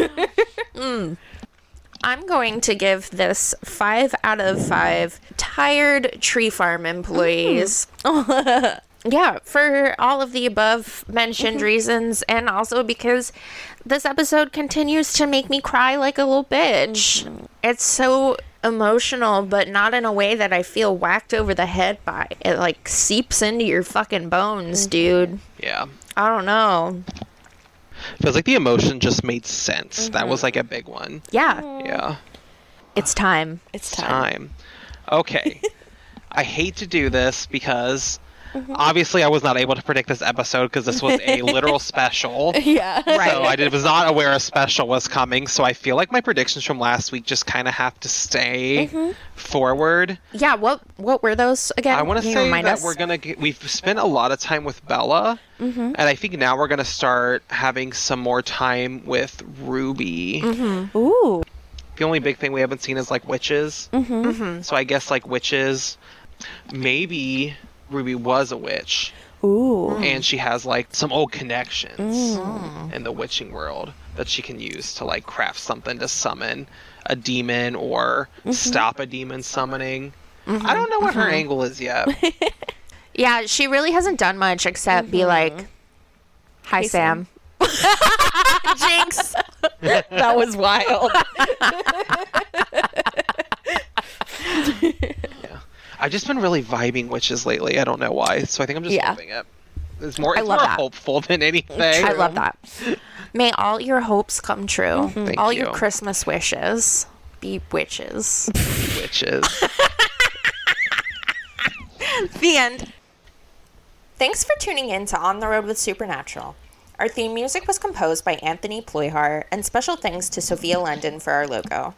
I'm going to give this five out of five tired tree farm employees. yeah, for all of the above mentioned reasons, and also because this episode continues to make me cry like a little bitch. It's so emotional, but not in a way that I feel whacked over the head by. It like seeps into your fucking bones, dude.
Yeah.
I don't know.
Feels like the emotion just made sense. That was like a big one.
Yeah,
Yeah.
it's time.
it's
Time. *laughs* Okay. I hate to do this because obviously I was not able to predict this episode because this was a *laughs* literal special.
Yeah.
So I did, was not aware a special was coming. So I feel like my predictions from last week just kind of have to stay forward.
Yeah, what what were those again?
I want
Can
to
you
say
remind
that
us?
we're gonna get, we've spent a lot of time with Bella,
Mm-hmm.
and I think now we're gonna start having some more time with Ruby.
Mm-hmm.
Ooh.
The only big thing we haven't seen is like witches. Mm-hmm. So I guess like witches, maybe Ruby was a witch,
Ooh.
and she has like some old
Mm.
connections in the witching world that she can use to like craft something to summon a demon or
Mm-hmm.
stop a demon summoning. I don't know what
Uh-huh.
her angle
*laughs*
is yet.
Yeah, she really hasn't done much except be like, "Hi, Sam." Jinx.
*laughs* That was wild.
I've just been really vibing witches lately. I don't know why. So I think I'm just
Yeah.
loving it. It's more, it's
love
more
that.
hopeful than anything.
*laughs* I love that. May all your hopes come true.
Mm-hmm.
Thank
All your
you.
Christmas wishes be witches.
witches.
*laughs* the end. Thanks for tuning in to On the Road with Supernatural. Our theme music was composed by Anthony Ployhar, and special thanks to Sophia London for our logo.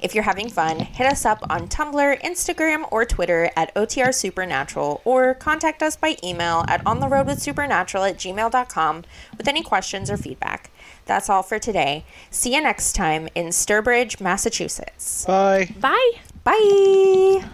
If you're having fun, hit us up on Tumblr, Instagram, or Twitter at OTR Supernatural, or contact us by email at ontheroadwithsupernatural at gmail.com with any questions or feedback. That's all for today. See you next time in Sturbridge, Massachusetts.
Bye.
Bye. Bye.